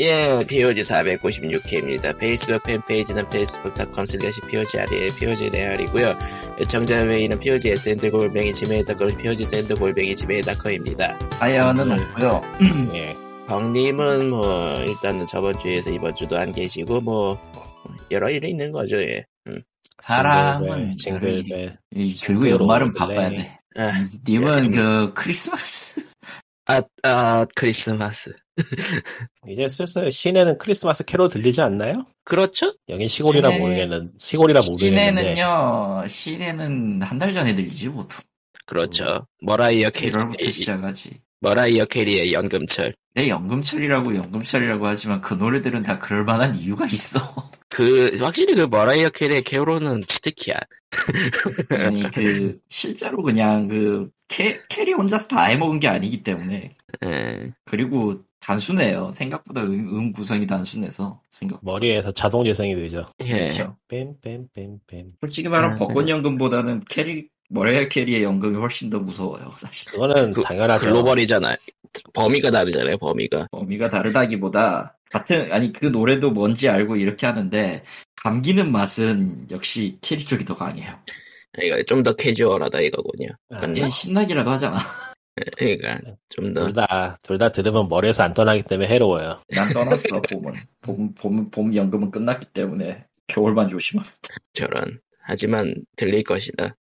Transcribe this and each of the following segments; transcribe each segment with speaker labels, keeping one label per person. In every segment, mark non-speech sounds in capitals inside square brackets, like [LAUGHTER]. Speaker 1: 예, POG 496회입니다. 페이스북 팬페이지는 facebook.com slash POGRL, POGRL이고요. 요청자 메일은 POG SND 골뱅이 지메일.com, POG SND 골뱅이 지메일.com입니다.
Speaker 2: 아이언은
Speaker 3: 네.
Speaker 1: 음.
Speaker 2: 없고요.
Speaker 1: 예. 광님은 뭐, 일단은 저번 주에서 이번 주도 안 계시고, 뭐, 여러 일이 있는 거죠, 예. 음.
Speaker 2: 사람은 다르게.
Speaker 3: 징글벨 예.
Speaker 2: 이- 결국 연말은 바빠야 돼.
Speaker 1: 아,
Speaker 2: 님은 그 크리스마스
Speaker 1: 아, 아, 크리스마스.
Speaker 3: 이제 슬슬 시내는 크리스마스 캐롤 들리지 않나요?
Speaker 1: 그렇죠?
Speaker 3: 여긴 시골이라
Speaker 2: 시내-
Speaker 3: 모르겠는 시골이라 모르겠는데
Speaker 2: 시내는요. 시내는 한 달 전에 들리지 보통.
Speaker 1: 그렇죠. 머라이어 캐리,
Speaker 2: 1월부터 시작하지.
Speaker 1: 머라이어 캐리의 연금철.
Speaker 2: 내 연금철이라고 연금철이라고 하지만 그 노래들은 다 그럴 만한 이유가
Speaker 3: [LAUGHS]
Speaker 2: 있어.
Speaker 1: 그, 확실히 그 머라이어 캐리의 캐롤은 치트키야.
Speaker 2: [LAUGHS] 아니 그 실제로 그냥 그 캐, 캐리 혼자서 다 해먹은 게 아니기 때문에
Speaker 1: 예.
Speaker 2: 그리고 단순해요. 생각보다 음, 음 구성이 단순해서 생각.
Speaker 3: 머리에서 자동 재생이 되죠.
Speaker 1: 예.
Speaker 3: 뱀뱀뱀뱀.
Speaker 2: 솔직히 말하면
Speaker 1: 음.
Speaker 2: 벚꽃 연금보다는 캐리 머레아 캐리의 연금이 훨씬 더 무서워요. 사실
Speaker 3: 그거는
Speaker 1: 그-
Speaker 3: 당연하죠.
Speaker 1: 글로벌이잖아요. 범위가 다르잖아요, 범위가.
Speaker 2: 범위가 다르다기보다 같은 아니 그 노래도 뭔지 알고 이렇게 하는데 감기는 맛은 역시 캐리 쪽이 더 강해요.
Speaker 1: 그러니까 좀 더 캐주얼하다 이거군요.
Speaker 3: 아니요. 예. 네.
Speaker 2: 얘 신나기라도 하잖아.
Speaker 1: 그러니까 좀 더.
Speaker 3: 둘다 둘 다 들으면 머리에서 안 떠나기 때문에 해로워요.
Speaker 2: 난 떠났어 봄은 봄, 봄, 봄 연금은 끝났기 때문에 겨울만 조심하.
Speaker 1: 저런. 하지만 들릴 것이다.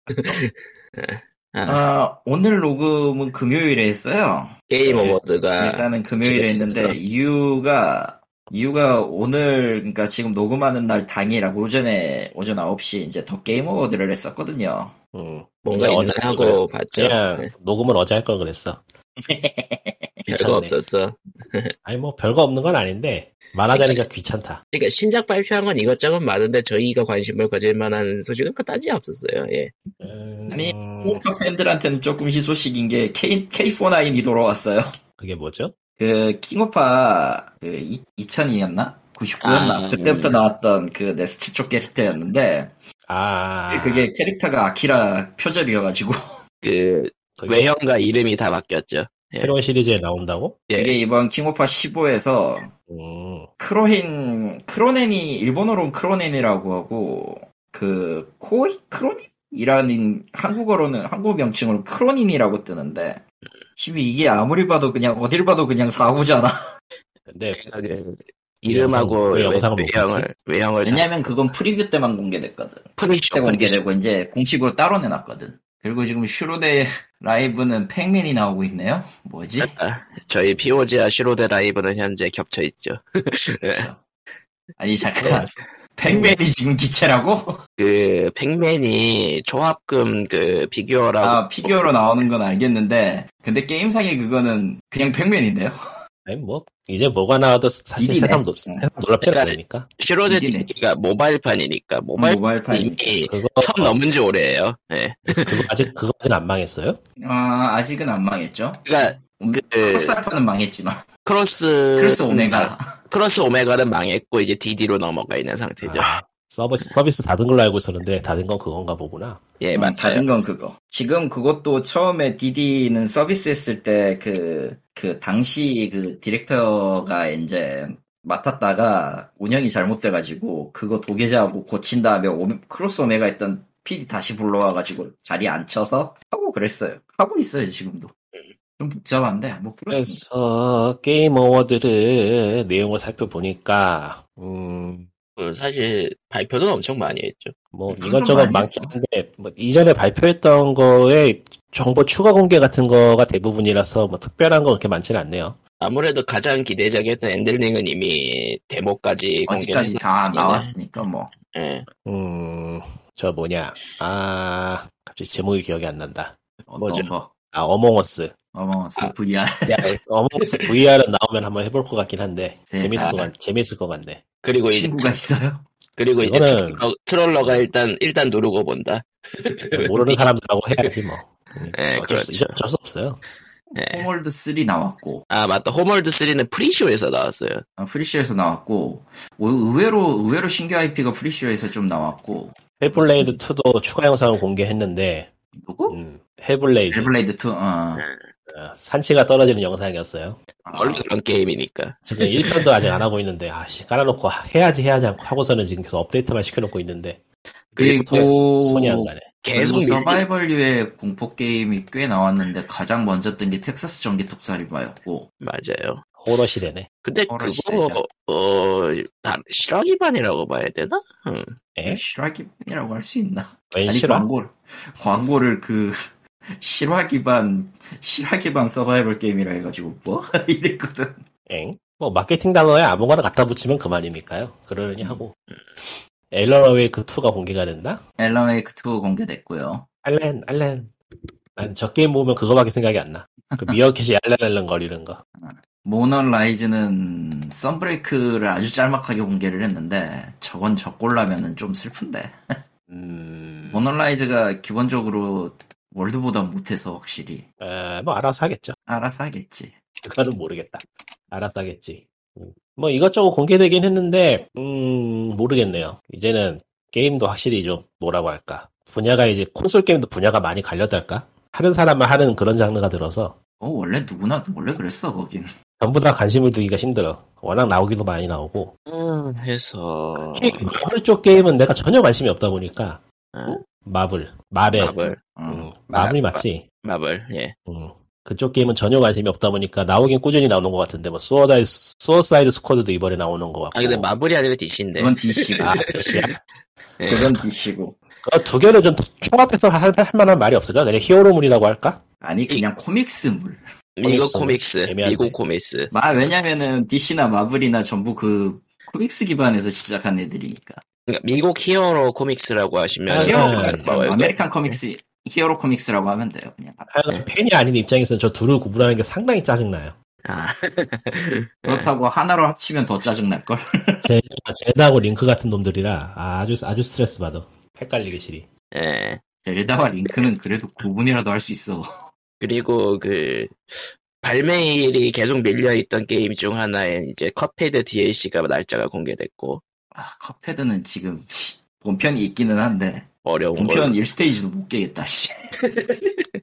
Speaker 1: 아,
Speaker 2: 아 오늘 녹음은 금요일에 했어요.
Speaker 1: 게임
Speaker 3: 네.
Speaker 1: 어워드가
Speaker 2: 일단은 금요일에 했는데 이유가 이유가 오늘 그러니까 지금 녹음하는 날 당일이라 고 오전에 오전 9시 이제 더 게임 어워드를 했었거든요.
Speaker 3: 음.
Speaker 1: 뭔가
Speaker 3: 그냥
Speaker 1: 있나
Speaker 3: 어제 그거야. 예.
Speaker 1: 하고 봤죠.
Speaker 3: 그냥
Speaker 1: 네,
Speaker 3: 녹음을 어제 할 걸 그랬어.
Speaker 1: [LAUGHS] 별거
Speaker 3: 귀찮네.
Speaker 1: 없었어.
Speaker 3: 아니 뭐 별거 없는 건 아닌데 말하자니까 귀찮다.
Speaker 1: 그러니까 신작 발표한 건 이것저것 많은데 저희가 관심을 가질 만한 소식은 그다지 없었어요. 예.
Speaker 3: 음,
Speaker 2: 아니, 포커 팬들한테는 조금 희소식인 게 K, K49이 돌아왔어요.
Speaker 3: 그게 뭐죠?
Speaker 2: 그 킹오파 그 2002였나? 99였나?
Speaker 1: 아,
Speaker 2: 그때부터
Speaker 1: 음.
Speaker 2: 나왔던 그 네스트 쪽 캐릭터였는데
Speaker 3: 아
Speaker 2: 네, 그게 캐릭터가 아키라 표절이어가지고
Speaker 1: 그
Speaker 3: 그게
Speaker 1: 외형과 이름이 다 바뀌었죠.
Speaker 3: 새로운 시리즈에 나온다고?
Speaker 1: 예.
Speaker 2: 이게 이번 킹오파 15에서
Speaker 3: 음.
Speaker 2: 크로힌 크로넨이 일본어로는 크로넨이라고 하고 그 코이 크로닌이라는 한국어로는 한국 명칭으로 크로닌이라고 뜨는데 심히 이게 아무리 봐도 그냥 어딜 봐도 그냥 사고잖아.
Speaker 3: 근데
Speaker 1: 그 이름하고
Speaker 3: 왜 영상- 왜 영상을 못
Speaker 1: 외형을 외형을 다
Speaker 2: 왜냐면 그건 프리뷰 때만 공개됐거든. 그때
Speaker 1: 프리쇼 그렇죠. 공개되고
Speaker 2: 공개되고 이제 공식으로 따로 내놨거든. 그리고 지금 슈로데 라이브는 팩맨이 나오고 있네요. 뭐지?
Speaker 1: 저희 POG와 슈로데 라이브는 현재 겹쳐 있죠.
Speaker 2: 그렇죠. 아니 잠깐 팩맨이 지금 기체라고?
Speaker 1: 그 팩맨이 조합금 그 피규어라고
Speaker 2: 아 피규어로 나오는 건 알겠는데 근데 게임상에 그거는 그냥 팩맨인데요.
Speaker 3: 아니 뭐 이제 뭐가 나와도 사실
Speaker 2: 일이네.
Speaker 3: 새삼 놀
Speaker 2: 응.
Speaker 3: 새삼 놀랍지
Speaker 1: 그러니까
Speaker 3: 않으니까
Speaker 1: 슈로데
Speaker 2: 이기네.
Speaker 1: 디기가 모바일판이니까 모바일판이
Speaker 2: 모바일판. 어.
Speaker 3: 그거 어,
Speaker 1: 처음 넘은 지 오래예요. 예.
Speaker 3: 그거 아직 그거 아직 안 망했어요?
Speaker 2: 아 아직은 안 망했죠.
Speaker 1: 그러니까 그-
Speaker 2: 음, 크로스알파는 망했지만
Speaker 1: 음, 크로스
Speaker 2: 크로스
Speaker 1: 음,
Speaker 2: 오메가
Speaker 1: 크로스 오메가는 망했고 이제 DD로 넘어가 있는 상태죠.
Speaker 3: 아, 서비스 서비스 닫은 걸로 알고 있었는데 닫은 건 그건가 보구나.
Speaker 1: 예,
Speaker 2: 음,
Speaker 1: 맞아요.
Speaker 2: 닫은 건 그거. 지금 그것도 처음에 DD는 서비스했을 때 그, 그 당시 그 디렉터가 이제 맡았다가 운영이 잘못돼가지고 그거 도계자하고 고친 다음에 오메- 크로스 오메가 했던 PD 다시 불러와가지고 자리에 앉혀서 하고 그랬어요. 하고 있어요 지금도. 좀 복잡한데 뭐 그렇습니다.
Speaker 3: 그래서 게임 어워드를 내용을 살펴보니까 음.
Speaker 1: 그 사실 발표는 엄청 많이 했죠.
Speaker 3: 뭐
Speaker 2: 그건 좀
Speaker 3: 이것저것
Speaker 2: 네, 많이
Speaker 3: 많긴 한데 뭐 이전에 발표했던 거에 정보 추가 공개 같은 거가 대부분이라서 뭐 특별한 건 그렇게 많지는 않네요.
Speaker 1: 아무래도 가장 기대작이었던 엔들링은 네, 이미 데모까지
Speaker 2: 어제까지
Speaker 1: 공개해서
Speaker 2: 다 나왔으니까 뭐.
Speaker 1: 예.
Speaker 3: 음, 저 뭐냐, 아, 갑자기 제목이 기억이 안 난다.
Speaker 2: 어떤
Speaker 1: 뭐죠?
Speaker 2: 거.
Speaker 3: 아, 어몽어스.
Speaker 2: 어머스
Speaker 1: 아.
Speaker 2: VR.
Speaker 1: 야,
Speaker 3: 어몽어스 VR은 나오면 한번 해볼 것 같긴 한데
Speaker 1: 네,
Speaker 2: 세상에.
Speaker 3: 재밌을 것 같, 재밌을 것
Speaker 1: [LAUGHS]
Speaker 3: 같네.
Speaker 2: [LAUGHS]
Speaker 1: 그리고 이제
Speaker 2: 친구가 있어요.
Speaker 1: 그리고 이제
Speaker 3: 이거는-
Speaker 1: 트롤러, 트롤러가 일단 일단 누르고 본다.
Speaker 3: 모르는 사람들하고 해야지 뭐. 음,
Speaker 1: 예,
Speaker 3: 어쩔,
Speaker 1: 그렇죠.
Speaker 3: 수, 어쩔 수 없어요.
Speaker 1: 예.
Speaker 2: 홈월드 3 나왔고.
Speaker 1: 아 맞다. 홈월드 3는 프리쇼에서 나왔어요.
Speaker 2: 아, 프리쇼에서 나왔고 오, 의외로 의외로 신규 IP가 프리쇼에서 좀 나왔고
Speaker 3: 헬블레이드 2도 추가 영상을 공개했는데
Speaker 2: 누구?
Speaker 3: 음, 헬블레이드
Speaker 1: 네.
Speaker 2: 엘블레이드 2. 어.
Speaker 3: 어, 산치가 떨어지는 영상이었어요.
Speaker 2: 아, 네,
Speaker 1: 원래 그런 게임이니까. [LAUGHS]
Speaker 3: 지금 1편도 아직 안 하고 있는데 아씨 깔아놓고 해야지 해야지 않고 하고서는 지금 계속 업데이트만 시켜놓고 있는데
Speaker 2: 그리고
Speaker 3: 손이 안 가네.
Speaker 1: 계속
Speaker 2: 그리고
Speaker 1: 밀리는
Speaker 2: 서바이벌류의 공포 게임이 꽤 나왔는데 가장 먼저 뜬 게 텍사스 전기 톱살이바였고
Speaker 1: 맞아요.
Speaker 3: 호러 시대네.
Speaker 1: 근데
Speaker 2: 어느
Speaker 1: 그거
Speaker 2: 시대냐?
Speaker 1: 어 다- 실화기반이라고 봐야 되나? 응.
Speaker 3: 에?
Speaker 2: 실화 기반이라고 할 수 있나?
Speaker 3: 웬
Speaker 2: 아니
Speaker 3: 예, 실화?
Speaker 2: 광고를 광고를 그 [LAUGHS] 실화 기반 실화 기반 서바이벌 게임이라 해가지고 뭐 [LAUGHS] 이랬거든.
Speaker 3: 엥? 뭐 마케팅 단어에 아무거나 갖다 붙이면 그만이니까요. 그러려니 하고. 엘런어웨이 그 2가 공개가 됐나?
Speaker 2: 엘런웨이크 2 공개됐고요.
Speaker 3: 알렌 알렌. 난 저 게임 보면 그거밖에 생각이 안 나. 그 미어캣이 알렌알렌 거리는 거.
Speaker 2: 모넌 라이즈는 썬브레이크를 아주 짤막하게 공개를 했는데 저건 저꼴라면은 좀 슬픈데.
Speaker 3: 음.
Speaker 2: 모넌 라이즈가 기본적으로 월드보다 못해서 확실히
Speaker 3: 에, 뭐 알아서 하겠죠.
Speaker 2: 알아서 하겠지.
Speaker 3: 그거는 모르겠다. 알아서 하겠지. 음. 뭐 이것저것 공개되긴 했는데, 음, 모르겠네요. 이제는 게임도 확실히 좀 뭐라고 할까. 분야가 이제 콘솔 게임도 분야가 많이 갈렸달까? 하는 사람만 하는 그런 장르가 들어서
Speaker 2: 어 원래 누구나 원래 그랬어 거긴.
Speaker 3: 전부 다 관심을 두기가 힘들어. 워낙 나오기도 많이 나오고.
Speaker 1: 음, 해서
Speaker 3: 특히 마블 쪽 게임은 내가 전혀 관심이 없다 보니까
Speaker 1: 어?
Speaker 3: 마블, 마벨,
Speaker 1: 마블,
Speaker 2: 어.
Speaker 3: 음,
Speaker 1: 마-
Speaker 3: 마블이
Speaker 1: 마-
Speaker 3: 맞지.
Speaker 1: 마블, 예.
Speaker 3: 음. 그쪽 게임은 전혀 관심이 없다 보니까 나오긴 꾸준히 나오는 것 같은데 뭐 수어다이 수어사이드 스쿼드도 이번에 나오는 것 같고.
Speaker 1: 아 근데 마블이 아니라 DC인데.
Speaker 2: 어. 그건 DC고
Speaker 1: [LAUGHS]
Speaker 3: 아, 네. 역시.
Speaker 2: 그건 DC고
Speaker 3: 그두 개를 좀 총합해서 할, 할 만한 말이 없을까? 그냥 히어로물이라고 할까?
Speaker 2: 아니 그냥 코믹스물.
Speaker 1: 미국
Speaker 3: 코믹스.
Speaker 1: 코믹스,
Speaker 3: 애매한데.
Speaker 1: 미국 코믹스.
Speaker 2: 마 왜냐면은 DC나 마블이나 전부 그 코믹스 기반에서 시작한 애들이니까.
Speaker 1: 그러니까 미국 히어로 코믹스라고 하시면
Speaker 3: 아,
Speaker 2: 히어로
Speaker 3: 네. 네.
Speaker 1: 정말
Speaker 2: 코믹스,
Speaker 1: 나와요.
Speaker 2: 아메리칸 코믹스, 히어로 코믹스라고 하면 돼요. 그냥
Speaker 1: 네.
Speaker 3: 하여간 팬이 아닌 입장에서는 저 둘을 구분하는 게 상당히 짜증나요.
Speaker 1: 아, [LAUGHS]
Speaker 2: 그렇다고 하나로 합치면 더 짜증 날 걸.
Speaker 3: 제- 제다하고 링크 같은 놈들이라 아주 아주 스트레스 받아. 헷갈리기 싫이.
Speaker 1: 예.
Speaker 2: 델다와 링크는 그래도 구분이라도 할 수 있어.
Speaker 1: 그리고 그 발매일이 계속 밀려 있던 게임 중 하나에 이제 컵헤드 DLC가 날짜가 공개됐고
Speaker 2: 아, 컵헤드는 지금 씨, 본편이 있기는 한데
Speaker 1: 어려운
Speaker 2: 본편
Speaker 1: 걸.
Speaker 2: 1스테이지도 못
Speaker 1: [LAUGHS]
Speaker 2: 깨겠다. 씨.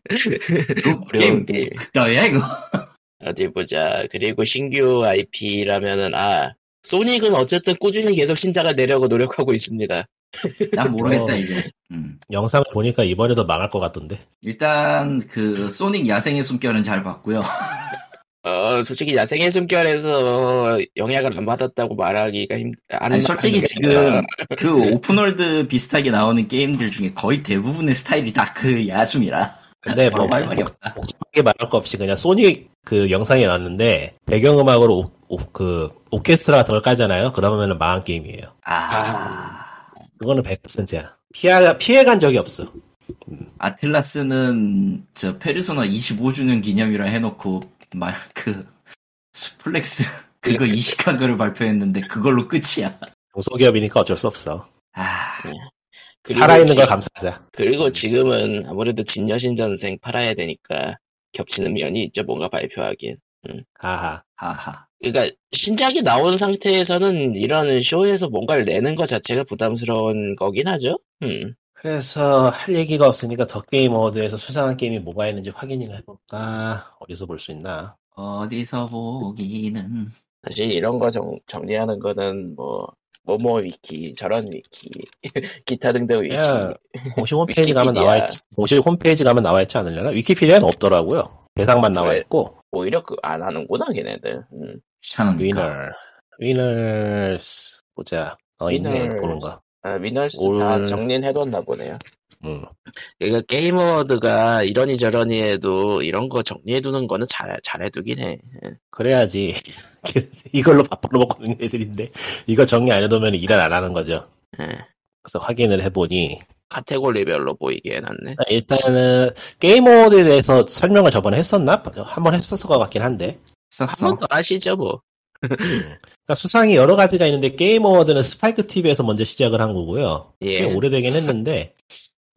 Speaker 2: 그 게임
Speaker 1: 게임.
Speaker 2: 그따위야 이거.
Speaker 1: 어디 보자. 그리고 신규 IP라면은 아 소닉은 어쨌든 꾸준히 계속 신작을 내려고 노력하고 있습니다.
Speaker 2: 난 모르겠다
Speaker 3: 어.
Speaker 2: 이제. 음.
Speaker 3: 영상을 보니까 이번에도 망할 것 같던데.
Speaker 2: 일단 그 소닉 야생의 숨결은 잘 봤고요.
Speaker 1: 어 솔직히 야생의 숨결에서 영향을 안 받았다고 말하기가 힘. 안
Speaker 2: 아니 솔직히
Speaker 1: 하는 게
Speaker 2: 지금
Speaker 1: 아니라
Speaker 2: 그 오픈월드 비슷하게 나오는 게임들 중에 거의 대부분의 스타일이 다 그 야숨이라
Speaker 1: 아,
Speaker 3: 근데 뭐
Speaker 2: 뭐할 말이 없다.
Speaker 3: 복잡하게 말할 거 없이 그냥 소닉 그 영상이 나왔는데 배경음악으로 오, 오- 그 오케스트라 같은 걸 까잖아요. 그러면은 망한 게임이에요.
Speaker 2: 아,
Speaker 3: 그거는 100%야. 피해 피해간 적이 없어.
Speaker 2: 아틀라스는 저 페르소나 25주년 기념이라 해놓고 말그 스플렉스 [LAUGHS]
Speaker 3: 예.
Speaker 2: 그거 이시카그를 발표했는데 그걸로 끝이야.
Speaker 3: 중소기업이니까 어쩔 수 없어.
Speaker 2: 아,
Speaker 1: 그리고
Speaker 3: 살아있는 걸
Speaker 1: 지금-
Speaker 3: 감사하자.
Speaker 1: 그리고 지금은 아무래도 진여신전생 팔아야 되니까 겹치는 면이 있죠, 뭔가 발표하기엔.
Speaker 3: 하하.
Speaker 2: 하하.
Speaker 1: 그러니까 신작이 나온 상태에서는 이런 쇼에서 뭔가를 내는 것 자체가 부담스러운 거긴 하죠. 음.
Speaker 3: 그래서 할 얘기가 없으니까 더 게임 어워드에서 수상한 게임이 뭐가 있는지 확인이나 해볼까? 어디서 볼 수 있나?
Speaker 2: 어디서 보기는
Speaker 1: 사실 이런 거 정, 정리하는 거는 뭐, 뭐뭐 위키, 저런 위키, [LAUGHS] 기타 등등 위키.
Speaker 3: 야, 공식 홈페이지 가면
Speaker 1: 위키피디아.
Speaker 3: 나와있지. 공식 홈페이지 가면 나와있지 않으려나? 위키피디아는 없더라고요. 대상만 나와있고
Speaker 1: 오히려 그 안 하는구나, 걔네들. 음.
Speaker 2: 귀찮으니까.
Speaker 3: 위너, 위너스 보자. 어 있네
Speaker 1: 위너스.
Speaker 3: 보는 거.
Speaker 1: 아, 위너스
Speaker 3: 올-
Speaker 1: 다 정리해뒀나 보네요.
Speaker 3: 음.
Speaker 1: 그러니까 게임 어워드가 이러니 저러니 해도 이런 거 정리해두는 거는 잘, 잘해두긴 해.
Speaker 3: 그래야지 [LAUGHS] 이걸로 밥벌어 먹고 있는 애들인데 이거 정리 안 해두면 일을 안 하는 거죠.
Speaker 1: 예.
Speaker 3: 그래서 확인을 해보니
Speaker 1: 카테고리별로 보이게 해놨네.
Speaker 3: 일단은 게임 어워드에 대해서 설명을 저번에 했었나? 한번 했었을 것 같긴 한데
Speaker 2: 썼어.
Speaker 1: 한번더 아시죠, 뭐.
Speaker 3: 그러니까 수상이 여러 가지가 있는데 게임 어워드는 스파이크 TV에서 먼저 시작을 한 거고요.
Speaker 1: 예.
Speaker 3: 꽤 오래되긴 했는데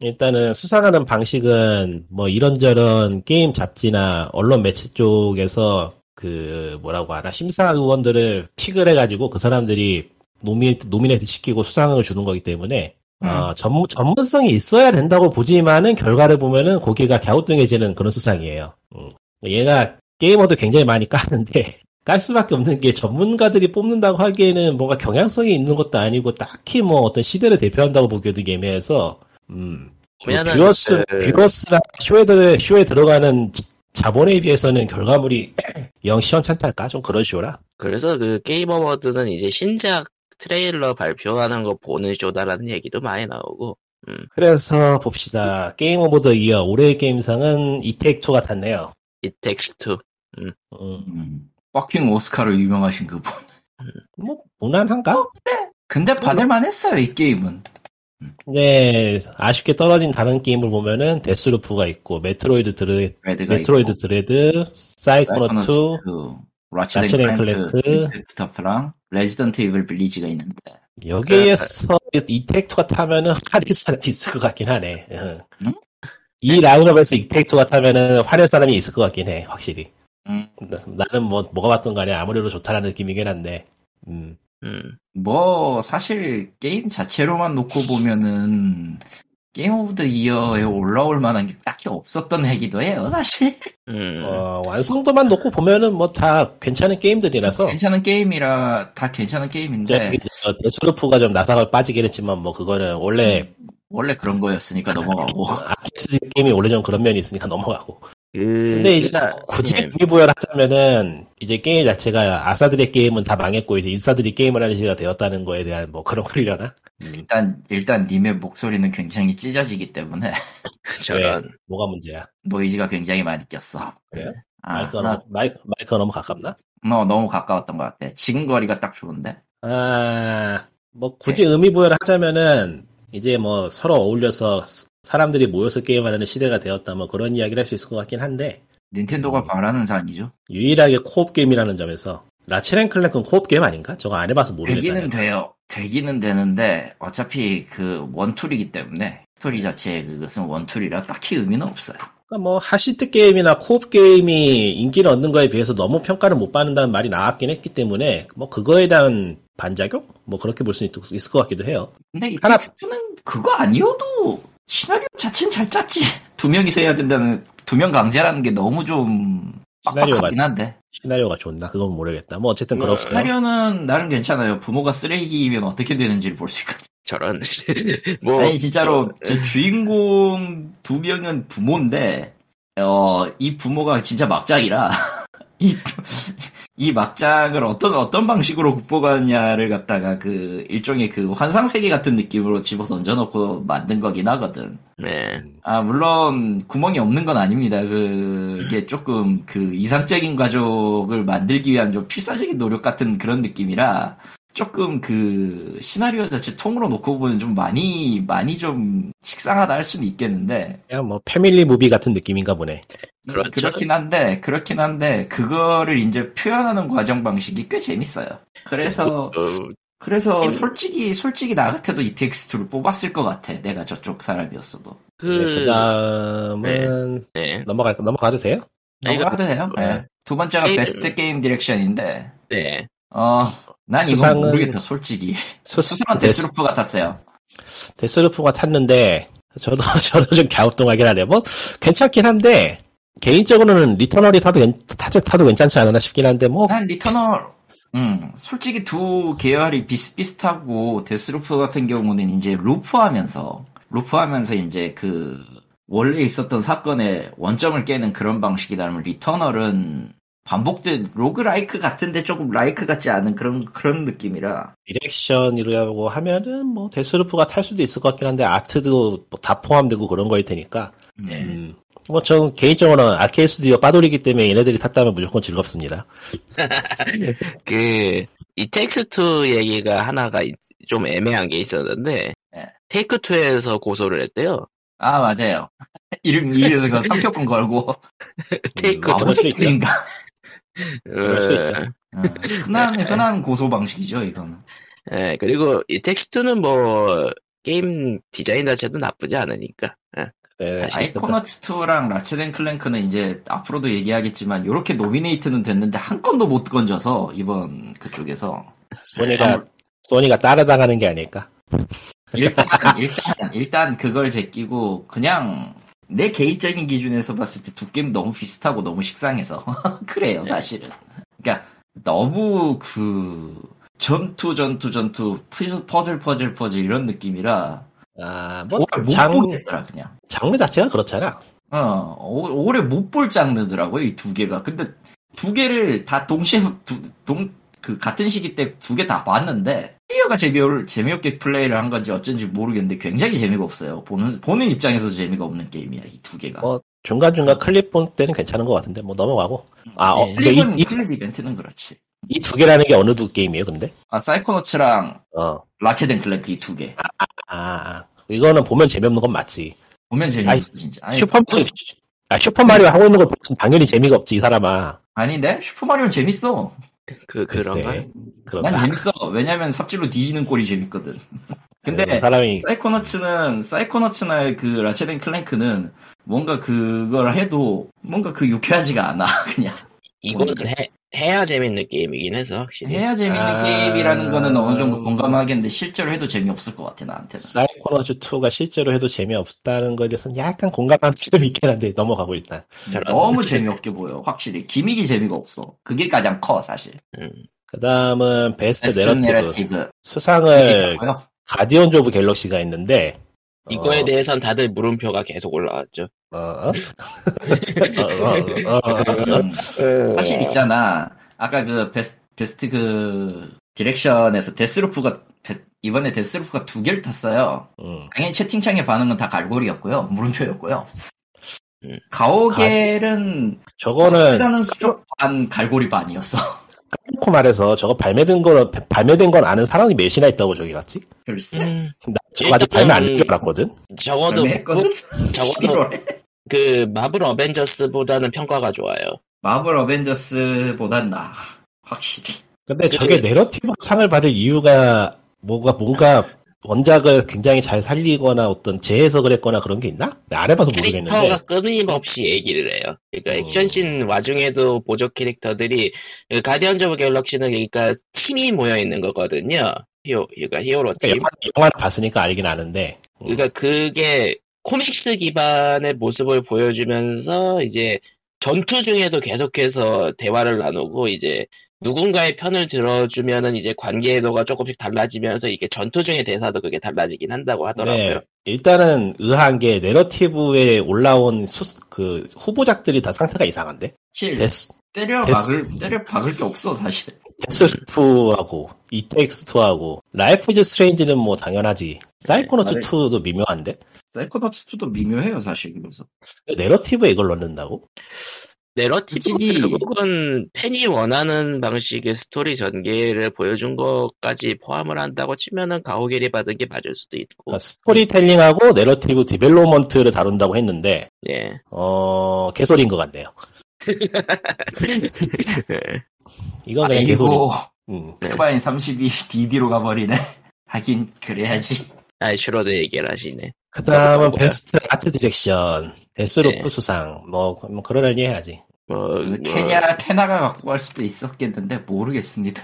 Speaker 3: 일단은 수상하는 방식은 뭐 이런저런 게임 잡지나 언론 매체 쪽에서 그 뭐라고 하나 심사위원들을 픽을 해가지고 그 사람들이 노미, 노미네이트 시키고 수상을 주는 거기 때문에 아, 전문, 전문성이 있어야 된다고 보지만은 결과를 보면은 고개가 갸우뚱해지는 그런 수상이에요. 음. 얘가 게이머도 굉장히 많이 까는데 [LAUGHS] 깔 수밖에 없는 게 전문가들이 뽑는다고 하기에는 뭔가 경향성이 있는 것도 아니고 딱히 뭐 어떤 시대를 대표한다고 보기에도 애매해서 음.
Speaker 1: 왜냐면
Speaker 3: 뷰어스
Speaker 1: 그-
Speaker 3: 뷰어스랑 쇼에 들 쇼에 들어가는 자- 자본에 비해서는 결과물이 [CLEARS THROAT] 영 시원찮달까 좀 그러시오라.
Speaker 1: 그래서 그 게임 어워드는 이제 신작 트레일러 발표하는 거 보는 쇼다라는 얘기도 많이 나오고
Speaker 3: 그래서 봅시다. 게임 오브 더 이어 올해의 게임상은 이택초 같았네요.
Speaker 1: 이텍스트
Speaker 3: 음,
Speaker 2: 음, 버킹 오스카로 유명하신 그분.
Speaker 3: 뭐 무난한가?
Speaker 2: 근데
Speaker 3: 음.
Speaker 2: 받을만 했어요, 이 게임은.
Speaker 3: 네, 아쉽게 떨어진 다른 게임을 보면은 데스루프가 있고 메트로이드 드레
Speaker 2: 레드가
Speaker 3: 메트로이드
Speaker 2: 있고,
Speaker 3: 드레드, 사이코너 2,
Speaker 2: 사이코너스, 그,
Speaker 3: 라쳇
Speaker 2: 라치드
Speaker 3: 앤 클랭크,
Speaker 2: 클랭크, 스타프랑 레지던트 이블 빌리지가 있는데.
Speaker 3: 여기에서 이택토가 타면은 화낼 사람이 있을 것 같긴 하네. 응.
Speaker 2: 응?
Speaker 3: 이 라인업에서 이택토가 타면은 화낼 사람이 있을 것 같긴 해, 확실히.
Speaker 2: 음,
Speaker 3: 나- 나는 뭐, 뭐가 봤던 간에 아무래도 좋다라는 느낌이긴 한데, 음.
Speaker 1: 음.
Speaker 2: 뭐 사실 게임 자체로만 놓고 보면은 게임 오브 더 이어에 올라올 만한 게 딱히 없었던 해기도 해요, 사실.
Speaker 1: 음.
Speaker 3: 어, 완성도만 놓고 보면은 뭐 다 괜찮은 게임들이라서,
Speaker 2: 괜찮은 게임이라 다 괜찮은
Speaker 3: 이제
Speaker 2: 게임인데
Speaker 3: 어, 데스루프가 좀 나사가 빠지긴 했지만 뭐 그거는
Speaker 2: 음.
Speaker 3: 원래
Speaker 2: 원래 그런 거였으니까 넘어가고.
Speaker 3: 뭐, 아키스 게임이 원래 좀 그런 면이 있으니까 넘어가고.
Speaker 1: 그
Speaker 2: 음,
Speaker 3: 근데 이제
Speaker 1: 일단-
Speaker 3: 굳이 [LAUGHS]
Speaker 1: 네.
Speaker 3: 동기부여를 하자면은 이제 게임 자체가 아사들의 게임은 다 망했고 이제 인싸들이 게임을 하는 시대가 되었다는 거에 대한 뭐 그런 걸려나?
Speaker 2: 일단 일단 님의 목소리는 굉장히 찢어지기 때문에 [LAUGHS]
Speaker 1: 저런
Speaker 3: 뭐가 문제야?
Speaker 2: 노이즈가 굉장히 많이 꼈어.
Speaker 3: 그래요?
Speaker 2: 아,
Speaker 3: 마이크가 너무, 마이크, 마이크가 너무 가깝나?
Speaker 2: 너 너무 가까웠던 것 같아. 지금 거리가 딱 좋은데.
Speaker 3: 아, 뭐 굳이
Speaker 2: 네.
Speaker 3: 의미 부여를 하자면은 이제 뭐 서로 어울려서 사람들이 모여서 게임하는 시대가 되었다 뭐 그런 이야기를 할 수 있을 것 같긴 한데 음.
Speaker 2: 닌텐도가 바라는 사안이죠.
Speaker 3: 유일하게 코업 게임이라는 점에서 라치랭클랭은 코업 게임 아닌가? 저거 안 해봐서
Speaker 2: 되기는
Speaker 3: 모르겠다.
Speaker 2: 돼요. 되기는 되는데 어차피 그 원툴이기 때문에 스토리 자체의 그것은 원툴이라 딱히 의미는 없어요.
Speaker 3: 그러니까 뭐 하시트 게임이나 코업 게임이 인기를 얻는 거에 비해서 너무 평가를 못 받는다는 말이 나왔긴 했기 때문에 뭐 그거에 대한 반작용? 뭐 그렇게 볼 수 있을 것 같기도 해요.
Speaker 2: 근데 이
Speaker 3: 하나-
Speaker 2: 텍스트는 그거 아니어도 시나리오 자체는 잘 짰지. [LAUGHS] 두 명이서 해야 된다는 두 명 강제라는 게 너무 좀 빡빡하긴
Speaker 3: 시나리오가-
Speaker 2: 한데.
Speaker 3: 시나리오가 좋나 그건 모르겠다. 뭐 어쨌든
Speaker 1: 뭐,
Speaker 3: 그렇고요.
Speaker 2: 시나리오는 나름 괜찮아요. 부모가 쓰레기면 어떻게 되는지를 볼 수 있거든.
Speaker 1: 저런 [LAUGHS] 뭐
Speaker 2: 아니 진짜로 저 주인공 두 명은 부모인데 어 이 부모가 진짜 막장이라 [LAUGHS] 이, 이 막장을 어떤 어떤 방식으로 극복하느냐를 갖다가 그 일종의 그 환상 세계 같은 느낌으로 집어 던져놓고 만든 거긴 하거든.
Speaker 1: 네.
Speaker 2: 아 물론 구멍이 없는 건 아닙니다.
Speaker 1: 음.
Speaker 2: 그게 조금 그 이상적인 가족을 만들기 위한 좀 필사적인 노력 같은 그런 느낌이라 조금 그 시나리오 자체 통으로 놓고 보면 좀 많이 많이 좀 식상하다 할 수는 있겠는데
Speaker 3: 그냥 뭐 패밀리 무비 같은 느낌인가 보네.
Speaker 1: 그렇죠.
Speaker 2: 긴 한데 그렇긴 한데 그거를 이제 표현하는 과정 방식이 꽤 재밌어요. 그래서
Speaker 3: 네,
Speaker 1: 어,
Speaker 2: 그래서 솔직히 솔직히 나 같아도 ETX2를 뽑았을 것 같아. 내가 저쪽 사람이었어도.
Speaker 3: 네,
Speaker 1: 그
Speaker 3: 그다음은
Speaker 1: 네.
Speaker 3: 넘어갈 넘어가도 돼요?
Speaker 1: 아, 이거-
Speaker 2: 넘어가도 돼요.
Speaker 1: 네.
Speaker 2: 네. 두 번째가
Speaker 1: 게임-
Speaker 2: 베스트 게임 디렉션인데,
Speaker 1: 네.
Speaker 2: 어, 난
Speaker 3: 수상은-
Speaker 2: 이건 모르겠다, 솔직히.
Speaker 3: 수-
Speaker 2: 수상한
Speaker 3: 데스-
Speaker 2: 데스루프 같았어요.
Speaker 3: 데스루프가 탔는데 저도 [LAUGHS] 저도 좀 갸우뚱하긴 하네. 뭐 괜찮긴 한데 개인적으로는 리터널이 타도 괜- 타도 타도 괜찮지 않나 싶긴 한데 뭐
Speaker 2: 난 리터널, 음, 솔직히 두 계열이 비슷비슷하고, 데스루프 같은 경우는 이제 루프하면서, 루프하면서 이제 그, 원래 있었던 사건의 원점을 깨는 그런 방식이다면 리터널은 반복된 로그라이크 같은데 조금 라이크 같지 않은 그런, 그런 느낌이라.
Speaker 3: 디렉션이라고 하면은 뭐 데스루프가 탈 수도 있을 것 같긴 한데 아트도 뭐다 포함되고 그런 거일 테니까
Speaker 1: 네.
Speaker 3: 음. 뭐 전 개인적으로는 아케이드 스튜디오 빠돌이기 때문에 얘네들이 탔다면 무조건 즐겁습니다
Speaker 1: 그, 이 테이크2 얘기가 하나가 이- 좀 애매한 게 있었는데,
Speaker 2: 네.
Speaker 1: 테이크2에서 고소를 했대요. [LAUGHS]
Speaker 2: 아, 맞아요. [LAUGHS] 이름, 이래서 그 삼표권 걸고.
Speaker 1: 테이크
Speaker 3: 음,
Speaker 2: 아,
Speaker 3: 그럴 수 있죠. 네.
Speaker 2: 인가 어,
Speaker 3: 그럴
Speaker 1: 네.
Speaker 3: 수 있죠.
Speaker 2: 흔한, 흔한 고소 방식이죠, 이거는.
Speaker 3: 아,
Speaker 1: 예, 그리고 이 테이크2는 뭐, 게임 디자인 자체도 나쁘지 않으니까. 예.
Speaker 2: 아,
Speaker 3: 네,
Speaker 1: 다시
Speaker 2: 아이코너츠2랑 라체덴 클랭크는 이제 앞으로도 얘기하겠지만, 이렇게 노미네이트는 됐는데, 한 건도 못 건져서, 이번 그쪽에서.
Speaker 3: 소니가 소니가 따라당하는 게 아닐까
Speaker 2: 일단, 일단, 일단 그걸 제끼고, 그냥, 내 개인적인 기준에서 봤을 때 두 게임 너무 비슷하고 너무 식상해서 [LAUGHS] 그래요 사실은. 그러니까 너무 그 전투 전투 전투 푸- 퍼즐 퍼즐 퍼즐 이런 느낌이라
Speaker 3: 아, 뭐,
Speaker 2: 오래 못
Speaker 3: 장,
Speaker 2: 보겠더라 그냥.
Speaker 3: 장르 자체가 그렇잖아.
Speaker 2: 어 오- 오래 못 볼 장르더라고요 이 두 개가. 근데 두 개를 다 동시에 동 그 같은 시기 때 두 개 다 봤는데 플레이어가 재미를 재미없게 플레이를 한 건지 어쩐지 모르겠는데 굉장히 재미가 없어요. 보는 보는 입장에서 재미가 없는 게임이야 이 두 개가.
Speaker 3: 어, 중간중간 클립 볼 때는 괜찮은 것 같은데, 뭐 넘어가고. 아, 어,
Speaker 1: 네.
Speaker 3: 근데 이,
Speaker 2: 클립은 클립 이벤트는 그렇지.
Speaker 3: 이 두 개라는 게 어느 두 게임이에요, 근데?
Speaker 2: 아, 사이코노츠랑
Speaker 3: 어.
Speaker 2: 라체덴 클랭크 이 두 개.
Speaker 3: 아, 아, 이거는 보면 재미없는 건 맞지.
Speaker 2: 보면
Speaker 3: 아이,
Speaker 2: 재미없어, 진짜. 아니, 그
Speaker 3: 슈퍼, 아, 슈퍼마리오 하고 있는 걸 보면 당연히 재미가 없지, 이 사람아.
Speaker 2: 아닌데? 슈퍼마리오는 재밌어.
Speaker 1: 그, 그런가?
Speaker 3: 글쎄, 그런가?
Speaker 2: 난 재밌어. 왜냐면 삽질로 뒤지는 꼴이 재밌거든. 근데,
Speaker 3: 그 사람이,
Speaker 2: 사이코너츠는, 사이코너츠나 그 라체덴 클랭크는 뭔가 그걸 해도 뭔가 그 유쾌하지가 않아, [LAUGHS] 그냥.
Speaker 1: 이거는
Speaker 3: 음.
Speaker 1: 해, 해야 재밌는 게임이긴 해서, 확실히.
Speaker 2: 해야 재밌는
Speaker 3: 아,
Speaker 2: 게임이라는 거는 어느 정도
Speaker 3: 음.
Speaker 2: 공감하겠는데 실제로 해도 재미없을 것 같아, 나한테는.
Speaker 3: 사이코너즈2가 실제로 해도 재미없다는 거에 대해서는 약간 공감하는 [LAUGHS] 좀 있긴 한데, 넘어가고 일단.
Speaker 1: 저런.
Speaker 2: 너무 재미없게 보여, 확실히. 기믹이 재미가 없어. 그게 가장 커, 사실.
Speaker 1: 음.
Speaker 3: 그 다음은 베스트
Speaker 2: 베스트
Speaker 3: 내러티브. 네.
Speaker 2: 내러티브. 이게
Speaker 3: 수상을
Speaker 2: 뭐예요?
Speaker 3: 가디언즈 오브 갤럭시가 있는데,
Speaker 1: 이거에
Speaker 3: 어,
Speaker 1: 대해선 다들 물음표가 계속 올라왔죠.
Speaker 3: 어, 어? 어, 어, 어, 어, 어.
Speaker 2: 음. 사실 있잖아. 아까 그 베스, 베스트 그 디렉션에서 데스루프가 베- 이번에 데스루프가 두 개를 탔어요.
Speaker 3: [LAUGHS] 음.
Speaker 2: 당연히 채팅창의 반응은 다 갈고리였고요. 물음표였고요.
Speaker 1: 음.
Speaker 2: 가오갤은
Speaker 3: 저거는
Speaker 2: 일단은 쪽반 갈고리 반이었어. [LAUGHS]
Speaker 3: 놓고 말해서 저거 발매된 걸 발매된 건 아는 사람이 몇이나 있다고 저기 갔지?
Speaker 2: 글쎄.
Speaker 1: 음,
Speaker 3: 나 저거 아직
Speaker 1: 일단은-
Speaker 3: 발매 안 된 줄 알았거든.
Speaker 1: 적어도,
Speaker 2: 발매했거든. [LAUGHS]
Speaker 1: 적어도
Speaker 2: 11월에.
Speaker 1: 그 마블 어벤져스보다는 평가가 좋아요.
Speaker 2: 마블 어벤져스보단 나. 확실히.
Speaker 3: 근데
Speaker 1: 그-
Speaker 3: 저게 내러티브 상을 받을 이유가 뭐가 뭔가 원작을 굉장히 잘 살리거나 어떤 재해석을 했거나 그런 게 있나? 나 안 해봐서 모르겠는데
Speaker 1: 캐릭터가 끊임없이 얘기를 해요. 그러니까
Speaker 3: 어.
Speaker 1: 액션씬 와중에도 보조 캐릭터들이 그 가디언즈 오브 갤럭시는 그러니까 팀이 모여 있는 거거든요. 히어, 그러니까 히어로
Speaker 3: 그러니까
Speaker 1: 팀.
Speaker 3: 영화, 영화를 봤으니까 알긴 아는데 음.
Speaker 1: 그러니까 그게 코믹스 기반의 모습을 보여주면서 이제 전투 중에도 계속해서 대화를 나누고 이제 누군가의 편을 들어주면은 이제 관계도가 조금씩 달라지면서 이게 전투 중의 대사도 그게 달라지긴 한다고 하더라고요.
Speaker 3: 네, 일단은 의아한 게 내러티브에 올라온 수, 그 후보작들이 다 상태가 이상한데
Speaker 2: 실
Speaker 3: 데스
Speaker 2: 때려
Speaker 3: 데스-
Speaker 2: 박을 때려 박을 게 없어 사실.
Speaker 3: 데스프하고 이텍스트하고 라이프 이즈 스트레인지는 뭐 당연하지 사이코노츠
Speaker 2: 네,
Speaker 3: 2도 미묘한데
Speaker 2: 사이코노츠도 미묘해요 사실 그래서.
Speaker 3: 내러티브에 이걸 넣는다고?
Speaker 1: 내러티브는
Speaker 2: 솔직히-
Speaker 1: 결국은 팬이 원하는 방식의 스토리 전개를 보여준 것까지 포함을 한다고 치면은 가오갤이 받은 게 맞을 수도 있고
Speaker 3: 그러니까 스토리텔링하고 내러티브 디벨로먼트를 다룬다고 했는데
Speaker 1: 예
Speaker 3: 어 개소리인 것 같네요. 네. 이건 그냥 개소리.
Speaker 2: 아이고 네.
Speaker 3: 음.
Speaker 2: 크바인 32 DD로 가버리네. [LAUGHS] 하긴 그래야지.
Speaker 1: 아 슈로드 얘기를 하시네 뭐야?
Speaker 3: 그다음은 베스트 아트 디렉션, 데스루프
Speaker 1: 네.
Speaker 3: 수상, 뭐, 뭐 그러려니 해야지. 아,
Speaker 1: 뭐, 뭐
Speaker 2: 그 케냐 캐나가 갖고 갈 수도 있었겠는데 모르겠습니다.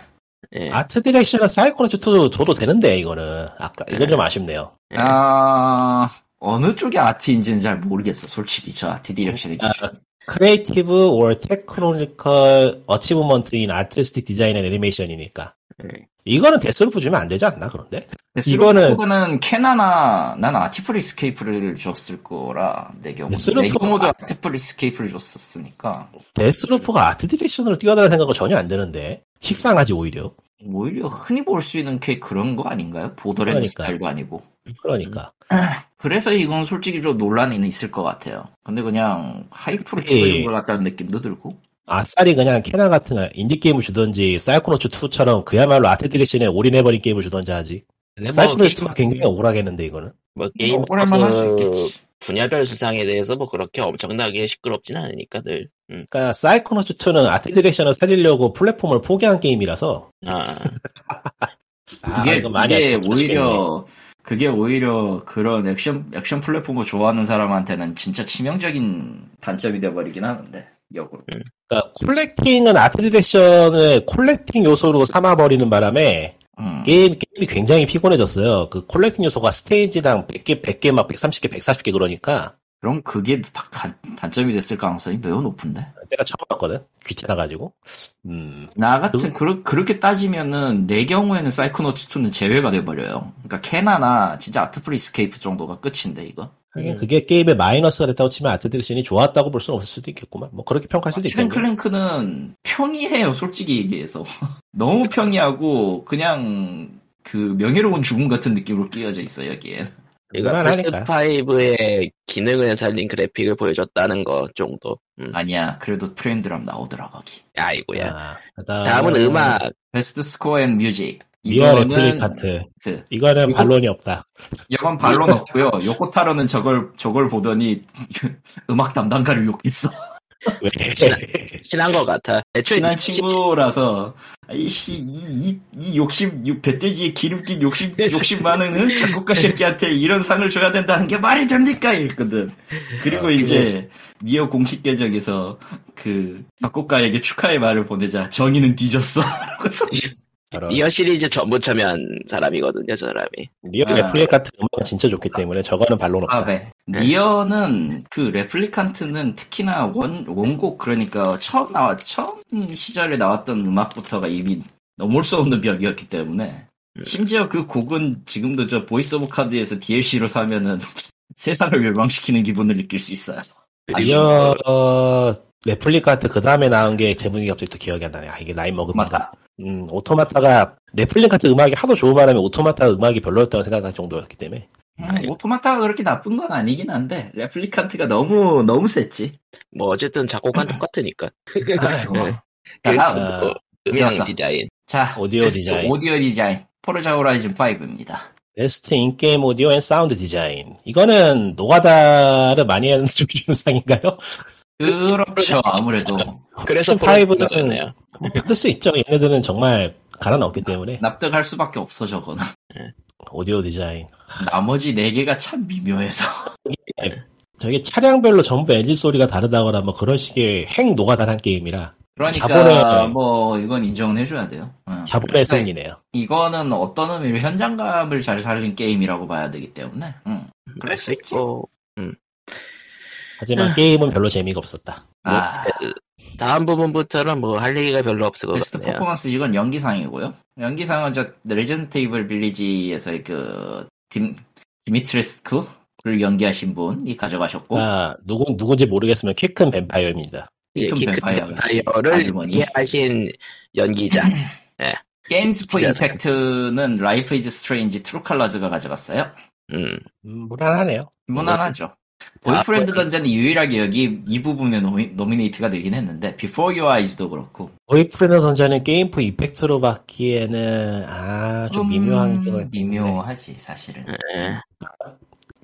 Speaker 1: 예.
Speaker 3: 아트 디렉션은 사이코노츠 2도 줘도 되는데 이거는 아까 이건
Speaker 1: 네.
Speaker 3: 좀 아쉽네요.
Speaker 1: 예.
Speaker 2: 아 어느 쪽의 아트인지는 잘 모르겠어. 솔직히 저 아트 디렉션의
Speaker 3: 아,
Speaker 2: 기준.
Speaker 3: 크리에이티브 or 테크노니컬 어치브먼트인 아티스틱 디자인 앤 애니메이션이니까.
Speaker 1: 네.
Speaker 3: 이거는 데스루프 주면 안 되지 않나 그런데? 이거는-
Speaker 2: 데스루프는 캐나나 난 아티플 이스케이프를 줬을 거라 내 경우
Speaker 3: 데스루프-
Speaker 2: 내 경우도 아티플 이스케이프를 줬었으니까
Speaker 3: 데스루프가 아트 디렉션으로 뛰어드는 생각은 전혀 안 드는데 식상하지 오히려.
Speaker 2: 오히려 흔히 볼 수 있는 게 그런 거 아닌가요? 보더랜드
Speaker 3: 그러니까.
Speaker 2: 스타일도 아니고.
Speaker 3: 그러니까.
Speaker 2: 그래서 이건 솔직히 좀 논란이 있을 것 같아요. 근데 그냥 하이프로
Speaker 3: 예.
Speaker 2: 찍어준 것 같다는 느낌도 들고. 뭐
Speaker 3: 아싸리 그냥 캐나 같은 인디게임을 주던지 사이코노츠 2처럼 그야말로 아트 디렉션에 올인해버린 게임을 주던지 하지
Speaker 2: 네,
Speaker 1: 근데 뭐
Speaker 3: 사이코노츠
Speaker 1: 게임-
Speaker 3: 2가 굉장히 억울하겠는데 이거는
Speaker 1: 뭐
Speaker 2: 뭐
Speaker 1: 게임
Speaker 2: 억울할만 할 수
Speaker 1: 그
Speaker 2: 있겠지.
Speaker 1: 분야별 수상에 대해서 뭐 그렇게 엄청나게 시끄럽진 않으니까 늘 음.
Speaker 3: 그러니까 사이코노츠 2는 아트 디렉션을 살리려고 플랫폼을 포기한 게임이라서 [LAUGHS]
Speaker 1: 아,
Speaker 3: 아,
Speaker 2: 그게,
Speaker 3: 이거 많이
Speaker 2: 그게
Speaker 3: 아쉽다 싶겠네.
Speaker 2: 오히려, 그게 오히려 그런 액션, 액션 플랫폼을 좋아하는 사람한테는 진짜 치명적인 단점이 돼버리긴 하는데, 역으로.
Speaker 3: 그러니까 콜렉팅은 아트 디렉션을 콜렉팅 요소로 삼아버리는 바람에
Speaker 2: 음.
Speaker 3: 게임, 게임이 굉장히 피곤해졌어요 그 콜렉팅 요소가 스테이지당 100개 100개 막 130개 140개 그러니까
Speaker 2: 그럼 그게 다- 가- 단점이 됐을 가능성이 매우 높은데.
Speaker 3: 내가 처음 봤거든. 귀찮아가지고. 음.
Speaker 2: 나 같은 그러, 그렇게 따지면은 내 경우에는 사이코노츠 2는 제외가 돼버려요. 그러니까 캐나나 진짜 아트프리 스케이프 정도가 끝인데 이거.
Speaker 1: 네.
Speaker 3: 하긴 예, 그게 게임의 마이너스가 됐다고 치면 아트드리신이 좋았다고 볼 수는 없을 수도 있겠구만. 뭐 그렇게 평가할 수도
Speaker 2: 체
Speaker 3: 있겠네.
Speaker 2: 클랭크는 평이해요, 솔직히 얘기해서. [LAUGHS] 너무 평이하고 그냥 그 명예로운 죽음 같은 느낌으로 끼어져 있어요 여기에.
Speaker 1: 이거
Speaker 3: 그만하니까.
Speaker 1: 플스5의 기능을 살린 그래픽을 보여줬다는 거 정도. 음.
Speaker 2: 아니야, 그래도 프레임드랍 나오더라 거기.
Speaker 1: 아이고야.
Speaker 3: 아,
Speaker 1: 다음은 음악.
Speaker 2: 베스트 스코어 앤 뮤직.
Speaker 3: 리얼
Speaker 2: 이거는
Speaker 3: 애플릭 파트.
Speaker 2: 그,
Speaker 3: 이거는
Speaker 2: 이거- [LAUGHS]
Speaker 3: 반론이 없다.
Speaker 2: 이건 발로 넣고요. 요코타로는 저걸 저걸 보더니 [LAUGHS] 음악 담당가를 욕했어.
Speaker 3: 왜?
Speaker 1: 친한- 친한 것 같아. 애초에
Speaker 2: 친한
Speaker 1: 시-
Speaker 2: 친구라서 아이씨 이이 이 욕심 이 배돼지에 기름 낀 욕심 욕심 많은 응? 작곡가 새끼한테 이런 상을 줘야 된다는 게 말이 됩니까 이랬거든. 그리고
Speaker 3: 아,
Speaker 2: 이제 미어 공식 계정에서 그 작곡가에게 축하의 말을 보내자 정의는 뒤졌어. [LAUGHS] 라고서
Speaker 3: 저런.
Speaker 1: 리어 시리즈 전부 참여한 사람이거든요, 저 사람이.
Speaker 3: 리얼
Speaker 2: 아.
Speaker 3: 애플릭 같은 음악은 진짜 좋기 때문에 저거는 반론 없다.
Speaker 2: 아, 네. 니어는 그 레플리칸트는 특히나 원 원곡 그러니까 처음 나왔 처음 시절에 나왔던 음악부터가 이미 넘을 수 없는 벽이었기 때문에
Speaker 3: 네.
Speaker 2: 심지어 그 곡은 지금도 저 보이스 오브 카드에서 DLC로 사면은 [LAUGHS] 세상을 멸망시키는 기분을 느낄 수 있어요.
Speaker 1: 뭐,
Speaker 3: 리얼 레플릭 같은 그 다음에 나온 게 제목이 갑자기 또 기억이 안 나네. 아, 이게 나이 먹으니까.
Speaker 2: 맞다.
Speaker 3: 음, 오토마타가 레플릭 같은 음악이 하도 좋은 바람에 오토마타 음악이 별로였다고 생각할 정도였기 때문에. 예.
Speaker 1: 아이고.
Speaker 2: 음, 오토마타가 그렇게 나쁜 건 아니긴 한데 레플리칸트가 너무 너무 셌지.
Speaker 1: 뭐 어쨌든
Speaker 2: [CLEARS THROAT]
Speaker 1: 작곡한 똑같으니까.
Speaker 3: 네.
Speaker 2: 아이고.
Speaker 1: 그러니까
Speaker 2: 자,
Speaker 1: 뭐 음향
Speaker 2: 그렇죠. 그래서.
Speaker 1: 디자인.
Speaker 2: 자,
Speaker 3: 오디오
Speaker 2: 베스트
Speaker 3: 디자인.
Speaker 2: 오디오 디자인 포르자 호라이즌 5입니다.
Speaker 3: 베스트 인게임 오디오 앤 사운드 디자인. 이거는 노가다를 많이 하는 [LAUGHS] 주기준 상인가요?
Speaker 2: 그렇죠 아무래도.
Speaker 1: 그래서
Speaker 3: 파이브는-
Speaker 1: 포르자였네요.
Speaker 3: 뭐 받을 수 있죠. 얘네들은 정말 갈아 넣었기 때문에.
Speaker 2: 납득할 수밖에 없어 저거는 [LAUGHS]
Speaker 3: 오디오 디자인.
Speaker 2: 나머지 네 개가 참 미묘해서
Speaker 3: 저게 차량별로 전부 엔진 소리가 다르다거나 뭐 그런 식의 핵 노가다란 게임이라
Speaker 2: 그러니까
Speaker 3: 자본의-
Speaker 2: 뭐 이건 인정을 해줘야 돼요 응.
Speaker 3: 자본의 승리네요.
Speaker 2: 이거는 어떤 의미로 현장감을 잘 살린 게임이라고 봐야 되기 때문에 응. 그럴 수 있지
Speaker 3: 어,
Speaker 1: 그리고
Speaker 3: 하지만 게임은 별로 재미가 없었다.
Speaker 1: 뭐,
Speaker 2: 아,
Speaker 1: 에, 다음 부분부터는 뭐 할 얘기가 별로 없을 것
Speaker 2: 베스트
Speaker 1: 같네요.
Speaker 2: 퍼포먼스 이건 연기상이고요 연기상은 저 레전드 테이블 빌리지에서의 그 딤, 디미트레스크를 연기하신 분이 가져가셨고
Speaker 3: 아, 누군 누군지 모르겠으면 키 큰 뱀파이어입니다.
Speaker 1: 예,
Speaker 2: 큰
Speaker 1: 키큰
Speaker 2: 뱀파이어
Speaker 1: 뱀파이어를
Speaker 2: 아주머니.
Speaker 1: 이해하신 연기자.
Speaker 2: [CLEARS THROAT] 게임즈 포
Speaker 1: 진짜
Speaker 2: 임팩트는 라이프 이즈 스트레인지 트루 컬러즈가 가져갔어요
Speaker 1: 음.
Speaker 3: 음, 무난하네요.
Speaker 2: 무난하죠. 보이프렌드
Speaker 3: 뭐,
Speaker 1: 아,
Speaker 2: 던전이 유일하게 여기 이 부분에 노미, 노미네이트가 되긴 했는데 Before Your Eyes도 그렇고
Speaker 3: 보이프렌드 던전은 게임프 이펙트로 받기에는 아,
Speaker 2: 음.
Speaker 3: 좀 미묘한 것 같은데.
Speaker 2: 미묘하지 사실은.
Speaker 1: 예.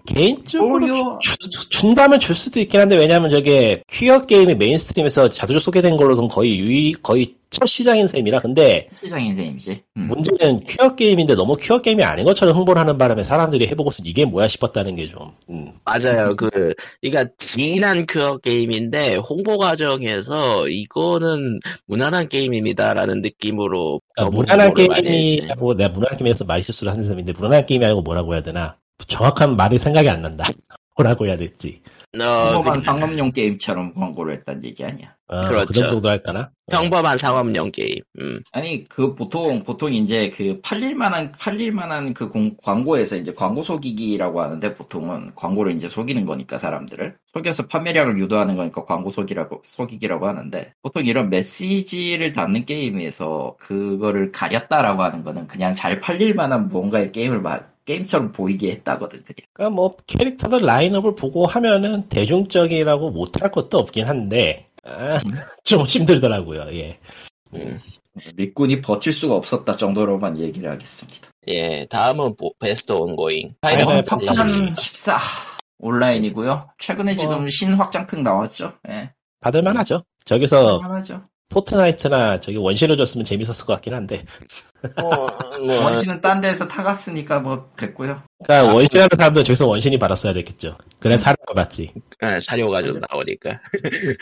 Speaker 3: 개인적으로
Speaker 2: 오히려-
Speaker 3: 주- 주- 주- 준다면 줄 수도 있긴 한데 왜냐하면 저게 퀴어 게임이 메인스트림에서 자주 소개된 걸로선 거의 유이 거의 첫 시장인 셈이라 근데
Speaker 2: 시장 인생이지. 음.
Speaker 3: 뭐, 문제는 퀴어 게임인데 너무 퀴어 게임이 아닌 것처럼 홍보를 하는 바람에 사람들이 해보고서 이게 뭐야 싶었다는 게 좀. 음.
Speaker 1: 맞아요. 그, 그러니까 진한 큐어 게임인데 홍보 과정에서 이거는 무난한 게임입니다라는 느낌으로
Speaker 3: 그러니까
Speaker 1: 너무
Speaker 3: 무난한
Speaker 1: 홍보를 많이 했어요.
Speaker 3: 게임이라고 내가 무난한 게임에서 말 실수를 하는 셈인데 무난한 게임이 아니고 뭐라고 해야 되나 정확한 말이 생각이 안 난다. [LAUGHS] 뭐라고 해야 될지.
Speaker 1: 어,
Speaker 2: 평범한
Speaker 1: 그-
Speaker 2: 상업용 게임처럼 광고를 했다는 얘기 아니야.
Speaker 3: 어,
Speaker 1: 그렇죠.
Speaker 3: 그 정도 할까나?
Speaker 1: 평범한 상업용 게임. 음.
Speaker 2: 아니 그 보통 보통 이제 그 팔릴만한 팔릴만한 그 공- 광고에서 이제 광고 속이기라고 하는데 보통은 광고를 이제 속이는 거니까 사람들을 속여서 판매량을 유도하는 거니까 광고 속이라고 속이기라고 하는데 보통 이런 메시지를 담는 게임에서 그거를 가렸다라고 하는 거는 그냥 잘 팔릴만한 무언가의 게임을 마- 게임처럼 보이게 했다거든 그냥
Speaker 3: 그러니까 뭐 캐릭터들 라인업을 보고 하면은 대중적이라고 못할 것도 없긴 한데 아, [LAUGHS] 좀 힘들더라고요. 예.
Speaker 2: 일꾼이 버틸 수가 없었다 정도로만 얘기를 하겠습니다.
Speaker 1: 예, 다음은 보- 베스트 온고잉.
Speaker 3: 파이널
Speaker 1: 파이널
Speaker 3: 팝-
Speaker 1: 판타지.
Speaker 2: 팝판 14 온라인이고요. 최근에 지금 신확장팩 나왔죠. 예.
Speaker 3: 받을만하죠. 저기서
Speaker 2: 하죠.
Speaker 3: 포트나이트나 저기 원신을 줬으면 재밌었을 것 같긴 한데.
Speaker 1: 어, 뭐,
Speaker 3: 어.
Speaker 2: 원신은 딴 데에서 타갔으니까 뭐 됐고요.
Speaker 3: 그러니까
Speaker 1: 아, 음.
Speaker 3: 원신하는 사람들은 저기서 원신이 받았어야 됐겠죠. 그래 사료가 받지.
Speaker 1: 예, 사료가 좀 나오니까.
Speaker 3: 예.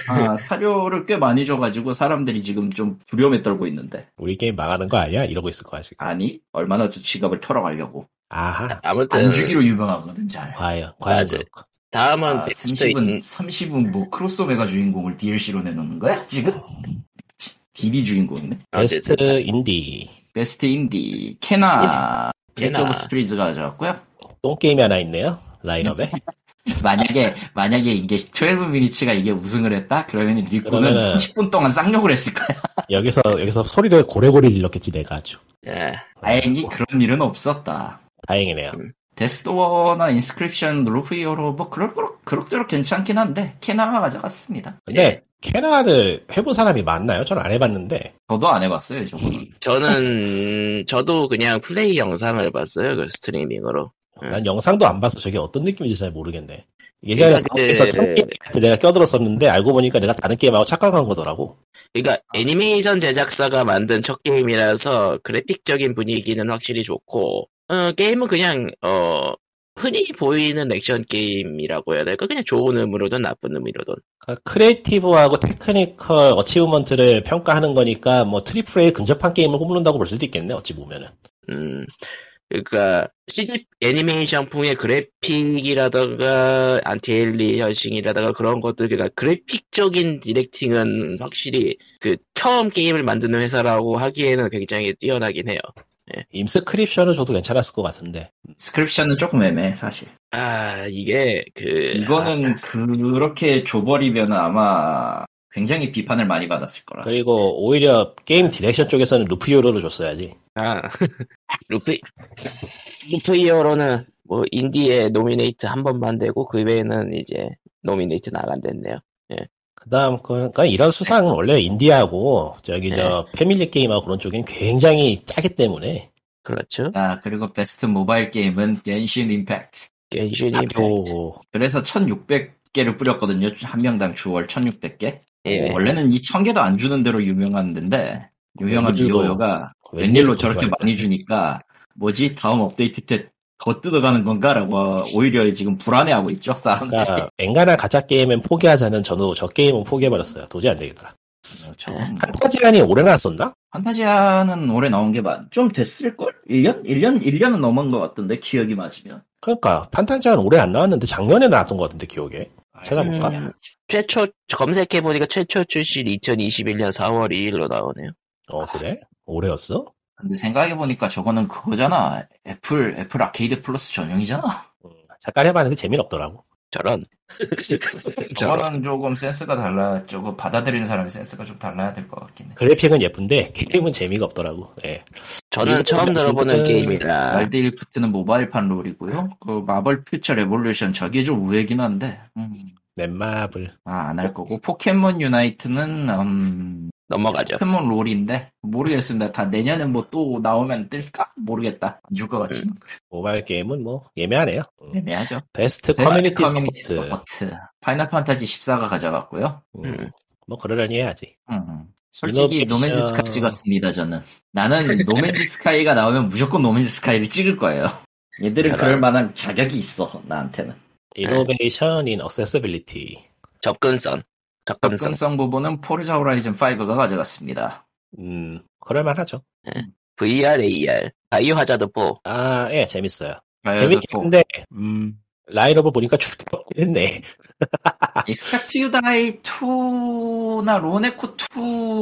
Speaker 2: 아, 사료를 꽤 많이 줘가지고 사람들이 지금 좀 두려움에 떨고 있는데
Speaker 3: 우리 게임 망하는 거 아니야? 이러고 있을 거야 지금.
Speaker 2: 아니 얼마나 더 지갑을 털어가려고
Speaker 3: 아하.
Speaker 1: 아무튼
Speaker 3: 그
Speaker 2: 안 주기로 유명하거든 잘.
Speaker 3: 과연, 과연
Speaker 1: 맞아요.
Speaker 3: 그렇고.
Speaker 1: 다음은
Speaker 2: 아,
Speaker 1: 텍스트
Speaker 2: 30은 30은 뭐 크로스오메가 주인공을 DLC로 내놓는 거야 지금? 디디 주인공이네.
Speaker 3: 베스트
Speaker 1: 어쨌든
Speaker 3: 인디
Speaker 2: 베스트 인디 케나
Speaker 3: 예.
Speaker 1: 케나.
Speaker 2: 캐치 오브 스프리즈가 가져왔고요.
Speaker 3: 똥게임이 하나 있네요
Speaker 1: [LAUGHS]
Speaker 3: 라인업에
Speaker 2: 만약에 만약에 이게 12 미니츠가 이게 우승을 했다 그러면 리코는
Speaker 3: 그러면은-
Speaker 2: 30분 동안 쌍욕을 했을 거야.
Speaker 3: 여기서 여기서 소리를 고래고래 질렀겠지 내가 아주
Speaker 1: 예,
Speaker 3: 어.
Speaker 2: 다행히 그런 일은 없었다.
Speaker 3: 다행이네요
Speaker 2: 데스도어나 인스크립션 루프 히어로 뭐 그럴 거로 그럭저럭 괜찮긴 한데 케나가 가져갔습니다.
Speaker 1: 예.
Speaker 3: 근데 캐나를 해본 사람이 많나요? 저는 안 해봤는데
Speaker 2: 저도 안 해봤어요
Speaker 1: 예.
Speaker 2: 저거는.
Speaker 1: 저는 저도 그냥 플레이 영상을 봤어요 그 스트리밍으로
Speaker 3: 난 영상도 안 봐서 저게 어떤 느낌인지 잘 모르겠네 예전에
Speaker 1: 그러니까
Speaker 3: 방송에서
Speaker 1: 그-
Speaker 3: 게임 할 내가 껴들었었는데 알고 보니까 내가 다른 게임하고 착각한 거더라고
Speaker 2: 아,
Speaker 1: 그러니까
Speaker 2: 네.
Speaker 1: 애니메이션 제작사가 만든 첫 게임이라서 그래픽적인 분위기는 확실히 좋고 어, 게임은 그냥 어, 흔히 보이는 액션 게임이라고 해야 될까 그냥 좋은 의미로든 나쁜 의미로든
Speaker 3: 그러니까 크리에이티브하고 테크니컬 어치브먼트를 평가하는 거니까 뭐 트리플 A 근접한 게임을 꼽는다고 볼 수도 있겠네 어찌 보면은
Speaker 1: 음, 그러니까 CG 애니메이션풍의 그래픽이라다가 안티엘리어싱이라다가 그런 것들 그러니까 그래픽적인 디렉팅은 확실히 그 처음 게임을 만드는 회사라고 하기에는 굉장히 뛰어나긴 해요.
Speaker 3: 임스크립션은 저도 괜찮았을 것 같은데
Speaker 2: 인스크립션은 조금 애매해 사실.
Speaker 1: 아 이게 그
Speaker 2: 이거는 그렇게 줘버리면 아마 굉장히 비판을 많이 받았을 거라.
Speaker 3: 그리고 오히려 게임 디렉션 쪽에서는 루프 요로를 줬어야지
Speaker 1: 아, [LAUGHS] 루프, 루프 히어로는 뭐 인디에 노미네이트 한 번만 되고 그 외에는 이제 노미네이트 나간댔네요.
Speaker 3: 그다음 그러니까 이런 수상은 원래 인디하고 저기 저
Speaker 2: 네.
Speaker 3: 패밀리 게임하고 그런 쪽엔 굉장히 짜기 때문에
Speaker 1: 그렇죠.
Speaker 2: 아 그리고 베스트 모바일 게임은 겐신 임팩트. 예,
Speaker 1: 겐슈님
Speaker 3: 또
Speaker 2: 그래서 1,600개를 뿌렸거든요. 한 명당 주월 1,600개.
Speaker 1: 예.
Speaker 2: 원래는 2,000개도 안 주는 대로 유명한 데인데 유명한
Speaker 3: 웬일로-
Speaker 2: 미호요가 웬일로
Speaker 3: 네,
Speaker 2: 저렇게 많이 주니까 뭐지 다음 업데이트 때 더 뜯어가는 건가라고 오히려 지금 불안해하고 있죠 사람들.
Speaker 3: 그러니까 앵간한 가짜 게임은 포기하자는 저도 저 게임은 포기해버렸어요. 도저히 안 되겠더라. 판타지안이 오래 나왔었나?
Speaker 2: 네. 판타지아는 올해 나온 게좀 됐을 걸? 1년? 1년 1년은 넘은 것 같던데 기억이 맞으면.
Speaker 3: 그러니까 판타지안 오래 안 나왔는데 작년에 나왔던 것 같은데 기억에. 찾아볼까?
Speaker 1: 음, 최초 검색해보니까 최초 출시 2021년 4월 2일로 나오네요.
Speaker 3: 어 그래? 오래였어?
Speaker 2: 근데 생각해보니까 저거는 그거잖아. 애플, 애플 아케이드 플러스 전용이잖아.
Speaker 3: 음, 잠깐 해봤는데 재미는 없더라고.
Speaker 1: [LAUGHS] 저런. 저런.
Speaker 2: 저거랑 조금 센스가 달라. 저거 받아들이는 사람의 센스가 좀 달라야 될 것 같긴 해.
Speaker 3: 그래픽은 예쁜데 게임은 재미가 없더라고. 예.
Speaker 1: 저는 처음 들어보는
Speaker 3: 음,
Speaker 1: 게임이라.
Speaker 2: 월드 일프트는 모바일판 롤이고요. 그 마블 퓨처 레볼루션 저게 좀 우회긴 한데. 음.
Speaker 3: 넷마블.
Speaker 2: 아, 안 할 거고. 포켓몬 유나이트는, 음,
Speaker 1: 넘어가죠.
Speaker 2: 포켓몬 롤인데, 모르겠습니다. 다 내년에 뭐 또 나오면 뜰까? 모르겠다. 안 줄 것 같지만.
Speaker 3: 모바일 게임은 뭐 예매하네요. 음.
Speaker 2: 애매하죠.
Speaker 3: 베스트,
Speaker 2: 베스트
Speaker 3: 커뮤니티, 서포트.
Speaker 2: 서포트. 파이널 판타지 14가 가져갔고요.
Speaker 3: 음, 뭐 그러려니 해야지.
Speaker 2: 음. 솔직히
Speaker 3: 이노베이션.
Speaker 2: 노맨즈 스카이 찍었습니다 저는 나는 노맨즈 스카이가 나오면 무조건 노맨즈 스카이를 찍을 거예요 얘들은
Speaker 1: 잘하네.
Speaker 2: 그럴 만한 자격이 있어 나한테는
Speaker 3: 네. 이노베이션 인 억세서빌리티.
Speaker 1: 접근성. 접근성.
Speaker 2: 접근성 부분은 포르자 호라이즌 5가 가져갔습니다
Speaker 3: 음, 그럴만하죠.
Speaker 1: VR, AR. 바이오 하자드 4.
Speaker 3: 아, 예, 재밌어요.
Speaker 2: 바이오드
Speaker 3: 재밌긴 한데, 음, 라인업을 보니까 출격 했네.
Speaker 2: 익스펙트 유다이 2나 로네코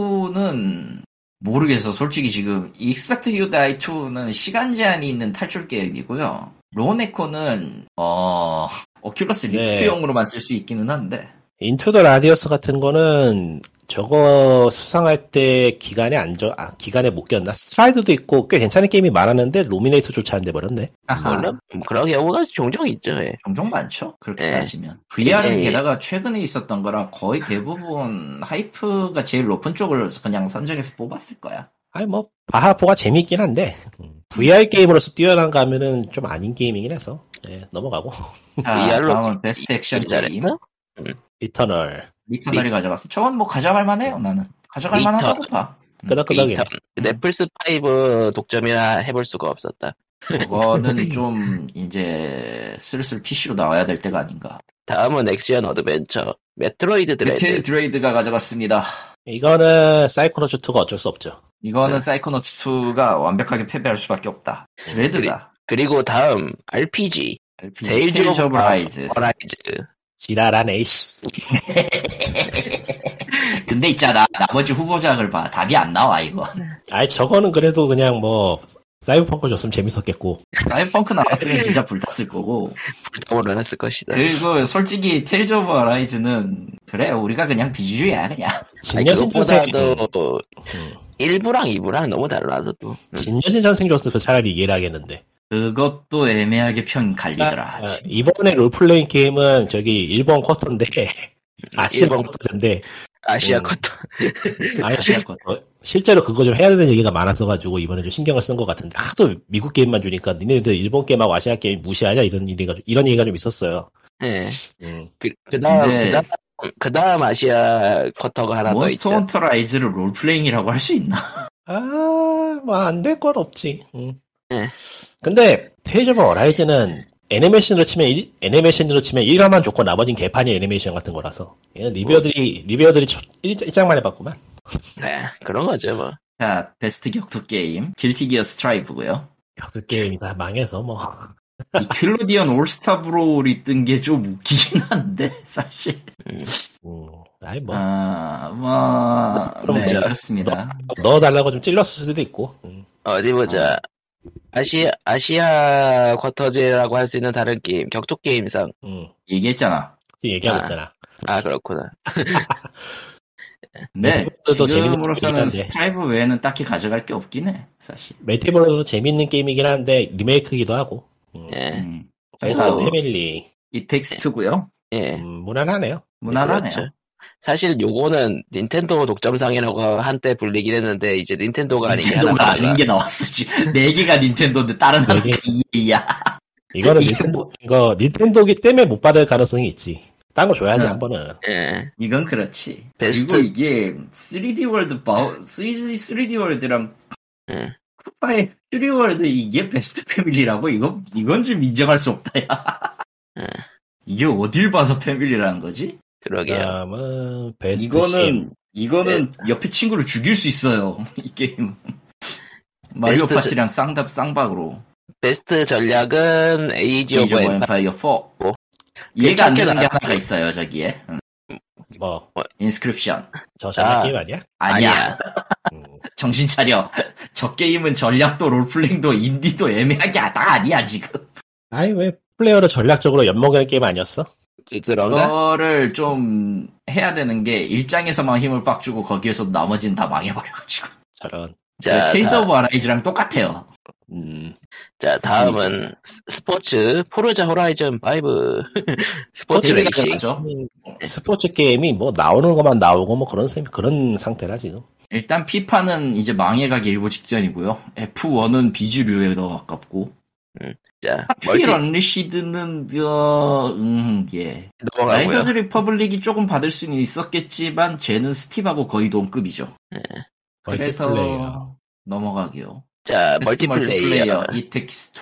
Speaker 2: 2는 모르겠어 솔직히 지금 익스펙트 유다이 2는 시간 제한이 있는 탈출 게임이고요 로네코는 어 오큘러스
Speaker 3: 네.
Speaker 2: 리프트용으로만 쓸 수 있기는 한데
Speaker 3: 인투 더 라디어스 같은 거는 저거 수상할 때 기간에 안, 저, 아, 기간에 못 꼈나? 스트라이드도 있고 꽤 괜찮은 게임이 많았는데 로미네이트조차 안 돼버렸네.
Speaker 2: 아하.
Speaker 1: 물론 음, 그런 경우가 종종 있죠. 예.
Speaker 2: 종종 많죠. 그렇게
Speaker 1: 네.
Speaker 2: 따지면. VR은
Speaker 1: 굉장히-
Speaker 2: 게다가 최근에 있었던 거랑 거의 대부분 하이프가 제일 높은 쪽을 그냥 선정해서 뽑았을 거야.
Speaker 3: 아니, 뭐, 바하포가 재미있긴 한데, 음, VR 게임으로서 뛰어난 가면은 좀 아닌 게임이긴 해서, 예, 넘어가고.
Speaker 2: 자,
Speaker 1: VR로
Speaker 2: 다음은 베스트 액션 게임.
Speaker 1: 기다려요?
Speaker 3: 리터널.
Speaker 2: 리터널이 가져갔어. 저건 뭐 가져갈 만해요, 나는. 가져갈
Speaker 1: 리턴.
Speaker 2: 만하다고 봐.
Speaker 3: 끄덕끄덕이.
Speaker 1: 이턴. 넷플스 5 독점이라 해볼 수가 없었다.
Speaker 2: [LAUGHS] 그거는 좀 이제 슬슬 PC로 나와야 될 때가 아닌가.
Speaker 1: 다음은 액션 어드벤처. 메트로이드 드레드.
Speaker 2: 메테일 드레이드가 가져갔습니다.
Speaker 3: 이거는 사이코노츠 2가 어쩔 수 없죠.
Speaker 1: 네.
Speaker 2: 이거는 사이코노츠2가 완벽하게 패배할 수밖에 없다. 드레드가.
Speaker 1: 그리고 다음 RPG.
Speaker 2: RPG
Speaker 1: 데일즈 아,
Speaker 2: 테일즈 오브
Speaker 1: 네.
Speaker 2: 라이즈.
Speaker 1: 어라이즈.
Speaker 3: 지랄하네, 이씨.
Speaker 2: 근데 있잖아 나머지 후보작을 봐 답이 안 나와 이거.
Speaker 1: 네.
Speaker 3: 아이, 저거는 그래도 그냥 뭐, 사이버펑크 줬으면 재밌었겠고.
Speaker 2: [LAUGHS] 사이펑크 나왔으면 진짜 불탔을 거고.
Speaker 1: 불타오르 났을 것이다.
Speaker 2: 그리고 솔직히 테일즈 오브 라이즈는 그래 우리가 그냥 비주류야 그냥.
Speaker 1: 아니,
Speaker 3: 진여신 전생, 음,
Speaker 1: 그것보다도 1부랑 2부랑 너무 달라서 또. 어. 음.
Speaker 3: 진여신 전생 줬으면 그 차라리 이해를 하겠는데.
Speaker 2: 그것도 애매하게 편 갈리더라.
Speaker 3: 아, 이번에 롤플레잉 게임은 저기 일본 쿼터인데, 아시아
Speaker 1: 음, 일본
Speaker 3: 쿼터인데,
Speaker 1: 아시아
Speaker 3: 음.
Speaker 1: 컷도
Speaker 3: 아니,
Speaker 2: 아시아
Speaker 3: 실-
Speaker 2: 쿼터.
Speaker 3: 어, 실제로 그거 좀 해야 되는 얘기가 많았어가지고, 이번에 좀 신경을 쓴 것 같은데, 하도 미국 게임만 주니까, 니네들 일본 게임하고 아시아 게임 무시하냐? 이런 얘기가, 좀- 이런 얘기가 좀 있었어요.
Speaker 1: [LAUGHS] 예.
Speaker 3: 음.
Speaker 1: 그, 그 다음,
Speaker 2: 근데-
Speaker 1: 그 다음, 그 다음 아시아 쿼터가 하나 더
Speaker 2: 몬스터
Speaker 1: 있죠.
Speaker 2: 헌터 라이즈를 롤플레잉이라고 할 수 있나? [LAUGHS]
Speaker 3: 아, 뭐, 안 될 건 없지. 음.
Speaker 1: 네.
Speaker 3: 근데, 테이저 오브 어라이즈는 애니메이션으로 치면, 일- 애니메이션으로 치면 1화만 좋고 나머진 개판이 애니메이션 같은 거라서. 얘는 리뷰어들이, 리뷰어들이 1장만 해봤구만.
Speaker 1: 네, 그런 거죠, 뭐.
Speaker 2: 자, 베스트 격투 게임, 길티 기어 스트라이브고요.
Speaker 3: 격투 게임이 다 망해서 뭐. [LAUGHS]
Speaker 2: 이 킬로디언 올스타 브롤이 뜬 게 좀 웃기긴 한데, [LAUGHS] 사실.
Speaker 3: 음, 아니 뭐.
Speaker 2: 아, 뭐,
Speaker 3: 그럼
Speaker 2: 네,
Speaker 1: 자,
Speaker 2: 그렇습니다.
Speaker 3: 넣어달라고 좀 찔렀을 수도 있고. 음.
Speaker 1: 어디 보자. 아시아, 아시아 쿼터제라고 할 수 있는 다른 게임, 격투 게임상.
Speaker 3: 음.
Speaker 2: 얘기했잖아.
Speaker 3: 지금 얘기하고
Speaker 1: 아.
Speaker 3: 있잖아.
Speaker 1: 아, 그렇구나.
Speaker 2: 네,
Speaker 3: 또 재밌는 네.
Speaker 2: 지금으로서는
Speaker 3: 얘기던데.
Speaker 2: 스트라이브 외에는 딱히 가져갈 게 없긴 해, 사실.
Speaker 3: 메테벌도 재밌는 게임이긴 한데 리메이크기도 하고. 음.
Speaker 1: 예,
Speaker 2: 음.
Speaker 3: 그래서
Speaker 1: 오.
Speaker 3: 패밀리
Speaker 2: 이 텍스트고요.
Speaker 1: 예.
Speaker 3: 음, 무난하네요.
Speaker 2: 무난하네요.
Speaker 1: 그렇죠. 사실 요거는 닌텐도 독점상이라고 한때 불리긴 했는데, 이제 닌텐도가 아닌
Speaker 2: [LAUGHS]
Speaker 1: 게
Speaker 2: 닌텐도가
Speaker 1: 하나
Speaker 2: 아닌 게 나왔어, 지금. 네
Speaker 3: [LAUGHS]
Speaker 2: 개가 닌텐도인데 다른
Speaker 3: 네
Speaker 2: 하나가
Speaker 3: 개.
Speaker 2: EA야.
Speaker 3: [LAUGHS] 이거는
Speaker 2: 이게
Speaker 3: 닌텐도 이거 닌텐도기 때문에 못 받을 가능성이 있지. 딴 거 줘야지
Speaker 2: 네.
Speaker 3: 한 번은.
Speaker 1: 예.
Speaker 2: 이건 그렇지.
Speaker 1: 베스트-
Speaker 2: 그리고 이게 3D 월드 바우 3D 3D 월드랑
Speaker 1: 예.
Speaker 2: 쿠파의 3D 월드 이게 베스트 패밀리라고 이건 이건 좀 인정할 수 없다야.
Speaker 1: 예.
Speaker 2: 이게 어딜 봐서 패밀리라는 거지? 어.
Speaker 1: 그러게요.
Speaker 3: 그다음은 뭐, 베스트
Speaker 2: 이거는 이거는
Speaker 1: 예.
Speaker 2: 옆에 친구를 죽일 수 있어요. [LAUGHS] 이 게임. 마리오
Speaker 1: 베스트
Speaker 2: 파티랑 쌍답 쌍박으로
Speaker 1: 베스트 전략은 에이지
Speaker 2: 이즈
Speaker 1: 오브
Speaker 2: 오브
Speaker 1: 엠
Speaker 2: 파이어 4.
Speaker 1: 뭐?
Speaker 2: 이해가 안
Speaker 1: 괜찮게
Speaker 2: 되는 게
Speaker 1: 나왔다.
Speaker 2: 하나가 있어요 저기에. 음,
Speaker 3: 뭐저
Speaker 2: 인스크립션.
Speaker 3: 전략
Speaker 1: 아.
Speaker 3: 게임 아니야?
Speaker 2: 아니야.
Speaker 3: 음.
Speaker 2: 정신 차려. [LAUGHS] 저 게임은 전략도 롤플레잉도 인디도 애매하게 다 아니야 지금.
Speaker 3: 아니 왜 플레이어를 전략적으로 엿먹이는 게임 아니었어?
Speaker 1: 그, 그런가?
Speaker 2: 어, 그거를 좀 해야 되는 게 일장에서만 힘을 빡 주고 거기에서 나머지는 다 망해버려가지고 그
Speaker 3: 저런.
Speaker 1: 자,
Speaker 2: 테이즈
Speaker 1: 다-
Speaker 2: 오브 아라이즈랑 똑같아요
Speaker 3: 음.
Speaker 1: 자, 다음은 스- 스포츠 포르자 호라이즌 5 [LAUGHS] 스포츠
Speaker 2: 어디를
Speaker 1: 레이싱.
Speaker 2: 가져가죠?
Speaker 3: 스포츠 게임이 뭐 나오는 것만 나오고 뭐 그런 셈 그런 상태라 지금.
Speaker 2: 일단 피파는 이제 망해가기 일보 직전이고요 F1은 비주류에 더 가깝고
Speaker 1: 자, 멀티
Speaker 2: 퓨리 언리시드는 어, 음, 예.
Speaker 1: 넘어가고요.
Speaker 2: 라이더즈 리퍼블릭이 조금 받을 수는 있었겠지만 쟤는 스팀하고 거의 동급이죠
Speaker 3: 멀티플레이어.
Speaker 2: 그래서 넘어가기요
Speaker 1: 자,
Speaker 2: 베스트
Speaker 1: 아, 멀티플레이어.
Speaker 2: 이 텍스트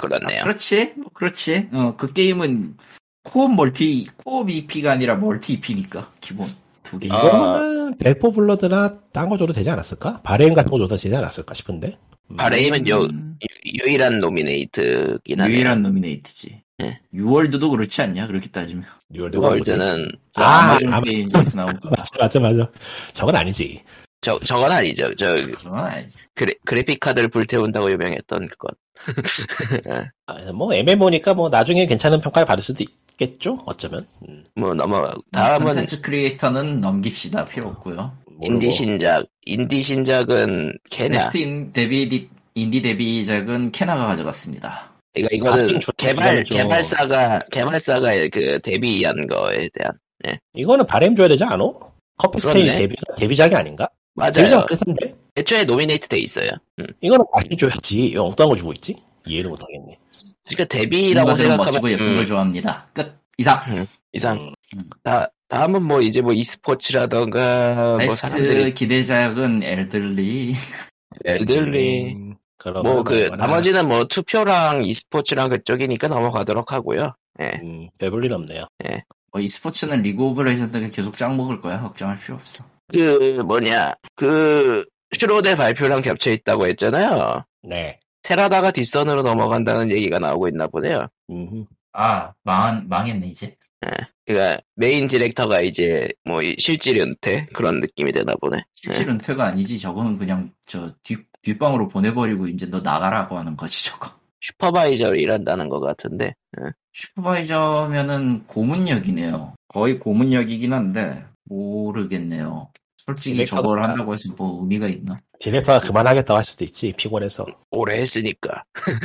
Speaker 1: 그렇네요.
Speaker 2: 그렇지, 뭐 그렇지. 어, 그 게임은 코업 멀티, 코업 EP가 아니라 멀티 EP니까, 기본. 두 개.
Speaker 1: 아.
Speaker 3: 이거는 벨포 블러드나 딴 거 줘도 되지 않았을까? 바레인 같은 거 줘도 되지 않았을까 싶은데. 음.
Speaker 1: 바레임은 요, E
Speaker 2: 음,
Speaker 1: 유, 일한 노미네이트긴 하네요.
Speaker 2: 유일한 노미네이트지.
Speaker 1: 예.
Speaker 2: 유월드도 그렇지 않냐, 그렇게 따지면.
Speaker 3: 뉴월드가 뭐지?
Speaker 1: 월드는
Speaker 2: 저
Speaker 3: 아,
Speaker 2: 아마존
Speaker 3: 아,
Speaker 2: 게임즈에서 나온 거.
Speaker 3: 맞아 맞아 맞아. 저건 아니지.
Speaker 1: 저 저건 아니죠. 저
Speaker 2: 그건 아니지.
Speaker 1: 그래, 그래픽 카드를 불태운다고 유명했던 그것.
Speaker 3: 아, 뭐 MMO니까 뭐 나중에 괜찮은 평가를 받을 수도 있겠죠. 어쩌면. 음,
Speaker 1: 뭐 넘어가고. 다음은
Speaker 2: 컨텐츠 크리에이터는 넘깁시다. 필요 없고요.
Speaker 3: 모르고.
Speaker 1: 인디 신작. 인디 신작은 케냐.
Speaker 2: 베스트 인 데뷔 디- 인디 데뷔작은 캐나가 가져갔습니다.
Speaker 1: 그러니까 이거는
Speaker 3: 아, 좀
Speaker 1: 개발
Speaker 3: 이거는 좀-
Speaker 1: 개발사가 개발사가 그 데뷔한 거에 대한
Speaker 3: 이거는 바램 줘야 되지 않아? 커피 스테이
Speaker 1: 그렇네.
Speaker 3: 데뷔 데뷔작이 아닌가?
Speaker 1: 맞아요.
Speaker 3: 데뷔작 비슷한데.
Speaker 1: 애초에 노미네이트 돼 있어요. 음.
Speaker 3: 이거는 바램 줘야지. 왜 엉뚱한 걸 주고 있지? 이해를 못 하겠네.
Speaker 1: 그러니까 데뷔라고
Speaker 2: 인간들은 멋지고
Speaker 1: 생각하면
Speaker 2: 예쁜
Speaker 1: 음,
Speaker 2: 걸 좋아합니다. 끝. 이상.
Speaker 1: 이상
Speaker 3: 음,
Speaker 1: 다 다음은 뭐 이제 뭐 e스포츠라던가 뭐
Speaker 2: 베스트
Speaker 1: 사람들이
Speaker 2: 기대작은 엘들리.
Speaker 1: 엘들리
Speaker 3: 음, 그런
Speaker 1: 뭐 그
Speaker 3: 거나.
Speaker 1: 나머지는 뭐 투표랑 e스포츠랑 그쪽이니까 넘어가도록 하고요. 예.
Speaker 3: 음, 배불리 없네요.
Speaker 2: 어, 이 스포츠는 리그 오브 레전드가 계속 짱 먹을 거야. 걱정할 필요 없어.
Speaker 1: 그 뭐냐 그 슈로데 발표랑 겹쳐 있다고 했잖아요.
Speaker 3: 네.
Speaker 1: 테라다가 뒷선으로 넘어간다는 얘기가 나오고 있나 보네요.
Speaker 3: 음.
Speaker 4: 아, 망한, 망했네, 이제.
Speaker 1: 그러니까 메인 디렉터가 이제 뭐이 실질 연태 그런 느낌이 되나 보네.
Speaker 2: 실질은 퇴가 아니지. 저거는 그냥 저 뒷, 뒷방으로 보내버리고 이제 너 나가라고 하는 거지, 저거.
Speaker 1: 슈퍼바이저로 일한다는 것 같은데. 예.
Speaker 2: 슈퍼바이저면은 고문역이네요. 거의 고문역이긴 한데 모르겠네요. 솔직히
Speaker 3: 디렉터가
Speaker 2: 저걸
Speaker 3: 뭐야?
Speaker 2: 한다고 해서 뭐 의미가 있나?
Speaker 3: 디렉터가 그만하겠다고 할 수도 있지 피곤해서
Speaker 1: 오래 했으니까
Speaker 3: 그럴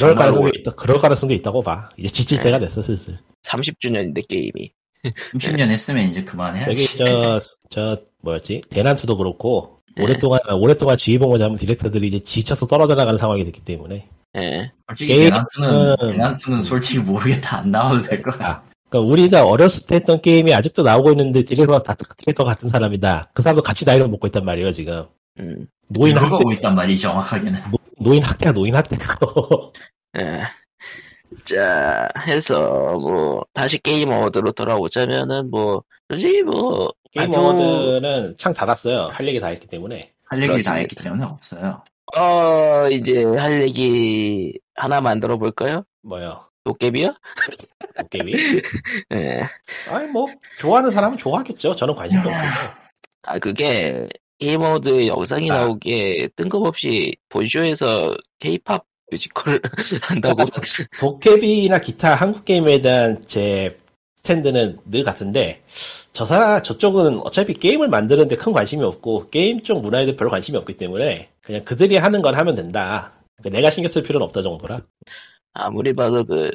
Speaker 2: 정말
Speaker 3: 가능성도
Speaker 2: 오래.
Speaker 3: 있다 그럴 가능성도 있다고 봐 이제
Speaker 1: 네.
Speaker 3: 지칠 때가 됐어 슬슬
Speaker 1: 30주년인데 게임이
Speaker 4: 네.
Speaker 2: 30년 했으면
Speaker 1: 네.
Speaker 2: 이제
Speaker 3: 여기
Speaker 2: 그만해야지.
Speaker 3: 저, 저, 뭐였지? 대난투도 그렇고, 예.
Speaker 1: 네.
Speaker 3: 오랫동안, 오랫동안 지휘봉을 잡은 디렉터들이 이제 지쳐서 떨어져 나가는 상황이 됐기 때문에.
Speaker 1: 예.
Speaker 2: 솔직히
Speaker 3: 게임은-
Speaker 2: 대난투는 대난투는 솔직히 모르겠다 안 나와도 될 것 같아.
Speaker 3: 그러니까 우리가 어렸을 때 했던 게임이 아직도 나오고 있는데 디렉터가 다 디렉터 같은 사람이다. 그 사람도 같이 나이를 먹고 있단 말이에요, 지금.
Speaker 1: 음.
Speaker 3: 노인 학대,
Speaker 2: 늙어가고 있단 말이 정확하게는.
Speaker 3: 노인 학대야, 노인 학대, 그거.
Speaker 1: 예. 자 해서 뭐 다시 게임 어워드로 돌아오자면은 뭐 솔직히 뭐
Speaker 3: 게임
Speaker 1: 발표-
Speaker 3: 어워드는 창 닫았어요. 할 얘기 다 했기 때문에.
Speaker 2: 할 얘기
Speaker 1: 그렇습니다.
Speaker 2: 다 했기 때문에 없어요.
Speaker 1: 어 이제 할 얘기 하나 만들어 볼까요?
Speaker 3: 뭐요. 그
Speaker 1: 도깨비요?
Speaker 3: 게임이?
Speaker 1: 예.
Speaker 3: 아니, 뭐, 좋아하는 사람은 좋아하겠죠. 저는 관심도 없어요.
Speaker 1: 아 그게 게임 어워드 영상이
Speaker 3: 아.
Speaker 1: 나오게 뜬금없이 본쇼에서 케이팝 뮤지컬 [LAUGHS] 한다고
Speaker 3: 도깨비나 기타 한국 게임에 대한 제 스탠드는 늘 같은데 저 사람 저쪽은 어차피 게임을 만드는데 큰 관심이 없고 게임 쪽 문화에 대해 별로 관심이 없기 때문에 그냥 그들이 하는 건 하면 된다. 그러니까 내가 신경 쓸 필요는 없다 정도라.
Speaker 1: 아무리 봐도 그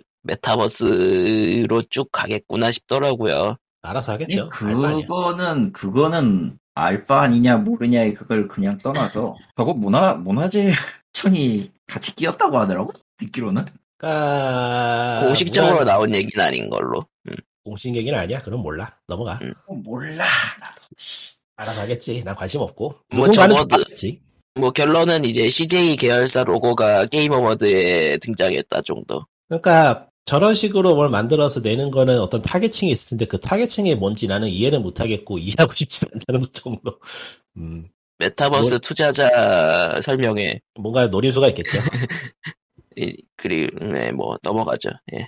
Speaker 1: 메타버스로 쭉 가겠구나 싶더라고요.
Speaker 3: 알아서
Speaker 2: 아니,
Speaker 1: 네,
Speaker 3: 하겠죠.
Speaker 1: 그
Speaker 3: 그렇죠. 알바 아니야.
Speaker 2: 그거는 그거는 알바 아니냐 모르냐 그걸 그냥 떠나서 저거 문화 문화재 천이 같이 끼었다고 하더라고 듣기로는.
Speaker 3: 그러니까
Speaker 1: 공식적으로
Speaker 3: 무한-
Speaker 1: 나온 얘기는 아닌 걸로. 음.
Speaker 3: 공식 얘기는 아니야. 그럼 몰라. 넘어가.
Speaker 1: 음.
Speaker 2: 어, 몰라 나도. 씨.
Speaker 3: 알아서 하겠지. 난 관심 없고.
Speaker 1: 뭐
Speaker 3: 누군가는
Speaker 1: 적어도-
Speaker 3: 좋아하겠지.
Speaker 1: 뭐 결론은 이제 CJ 계열사 로고가 게임 어워드에 등장했다 정도.
Speaker 3: 그러니까 저런 식으로 뭘 만들어서 내는 거는 어떤 타겟층이 있을 텐데 그 타겟층이 뭔지 나는 이해는 못하겠고 [LAUGHS] 이해하고 싶지 않다는 점으로 음,
Speaker 1: 메타버스
Speaker 3: 뭘-
Speaker 1: 투자자 설명회
Speaker 3: 뭔가 노림수가 있겠죠.
Speaker 1: 이- 예, 그리고 네, 뭐 넘어가죠. 예.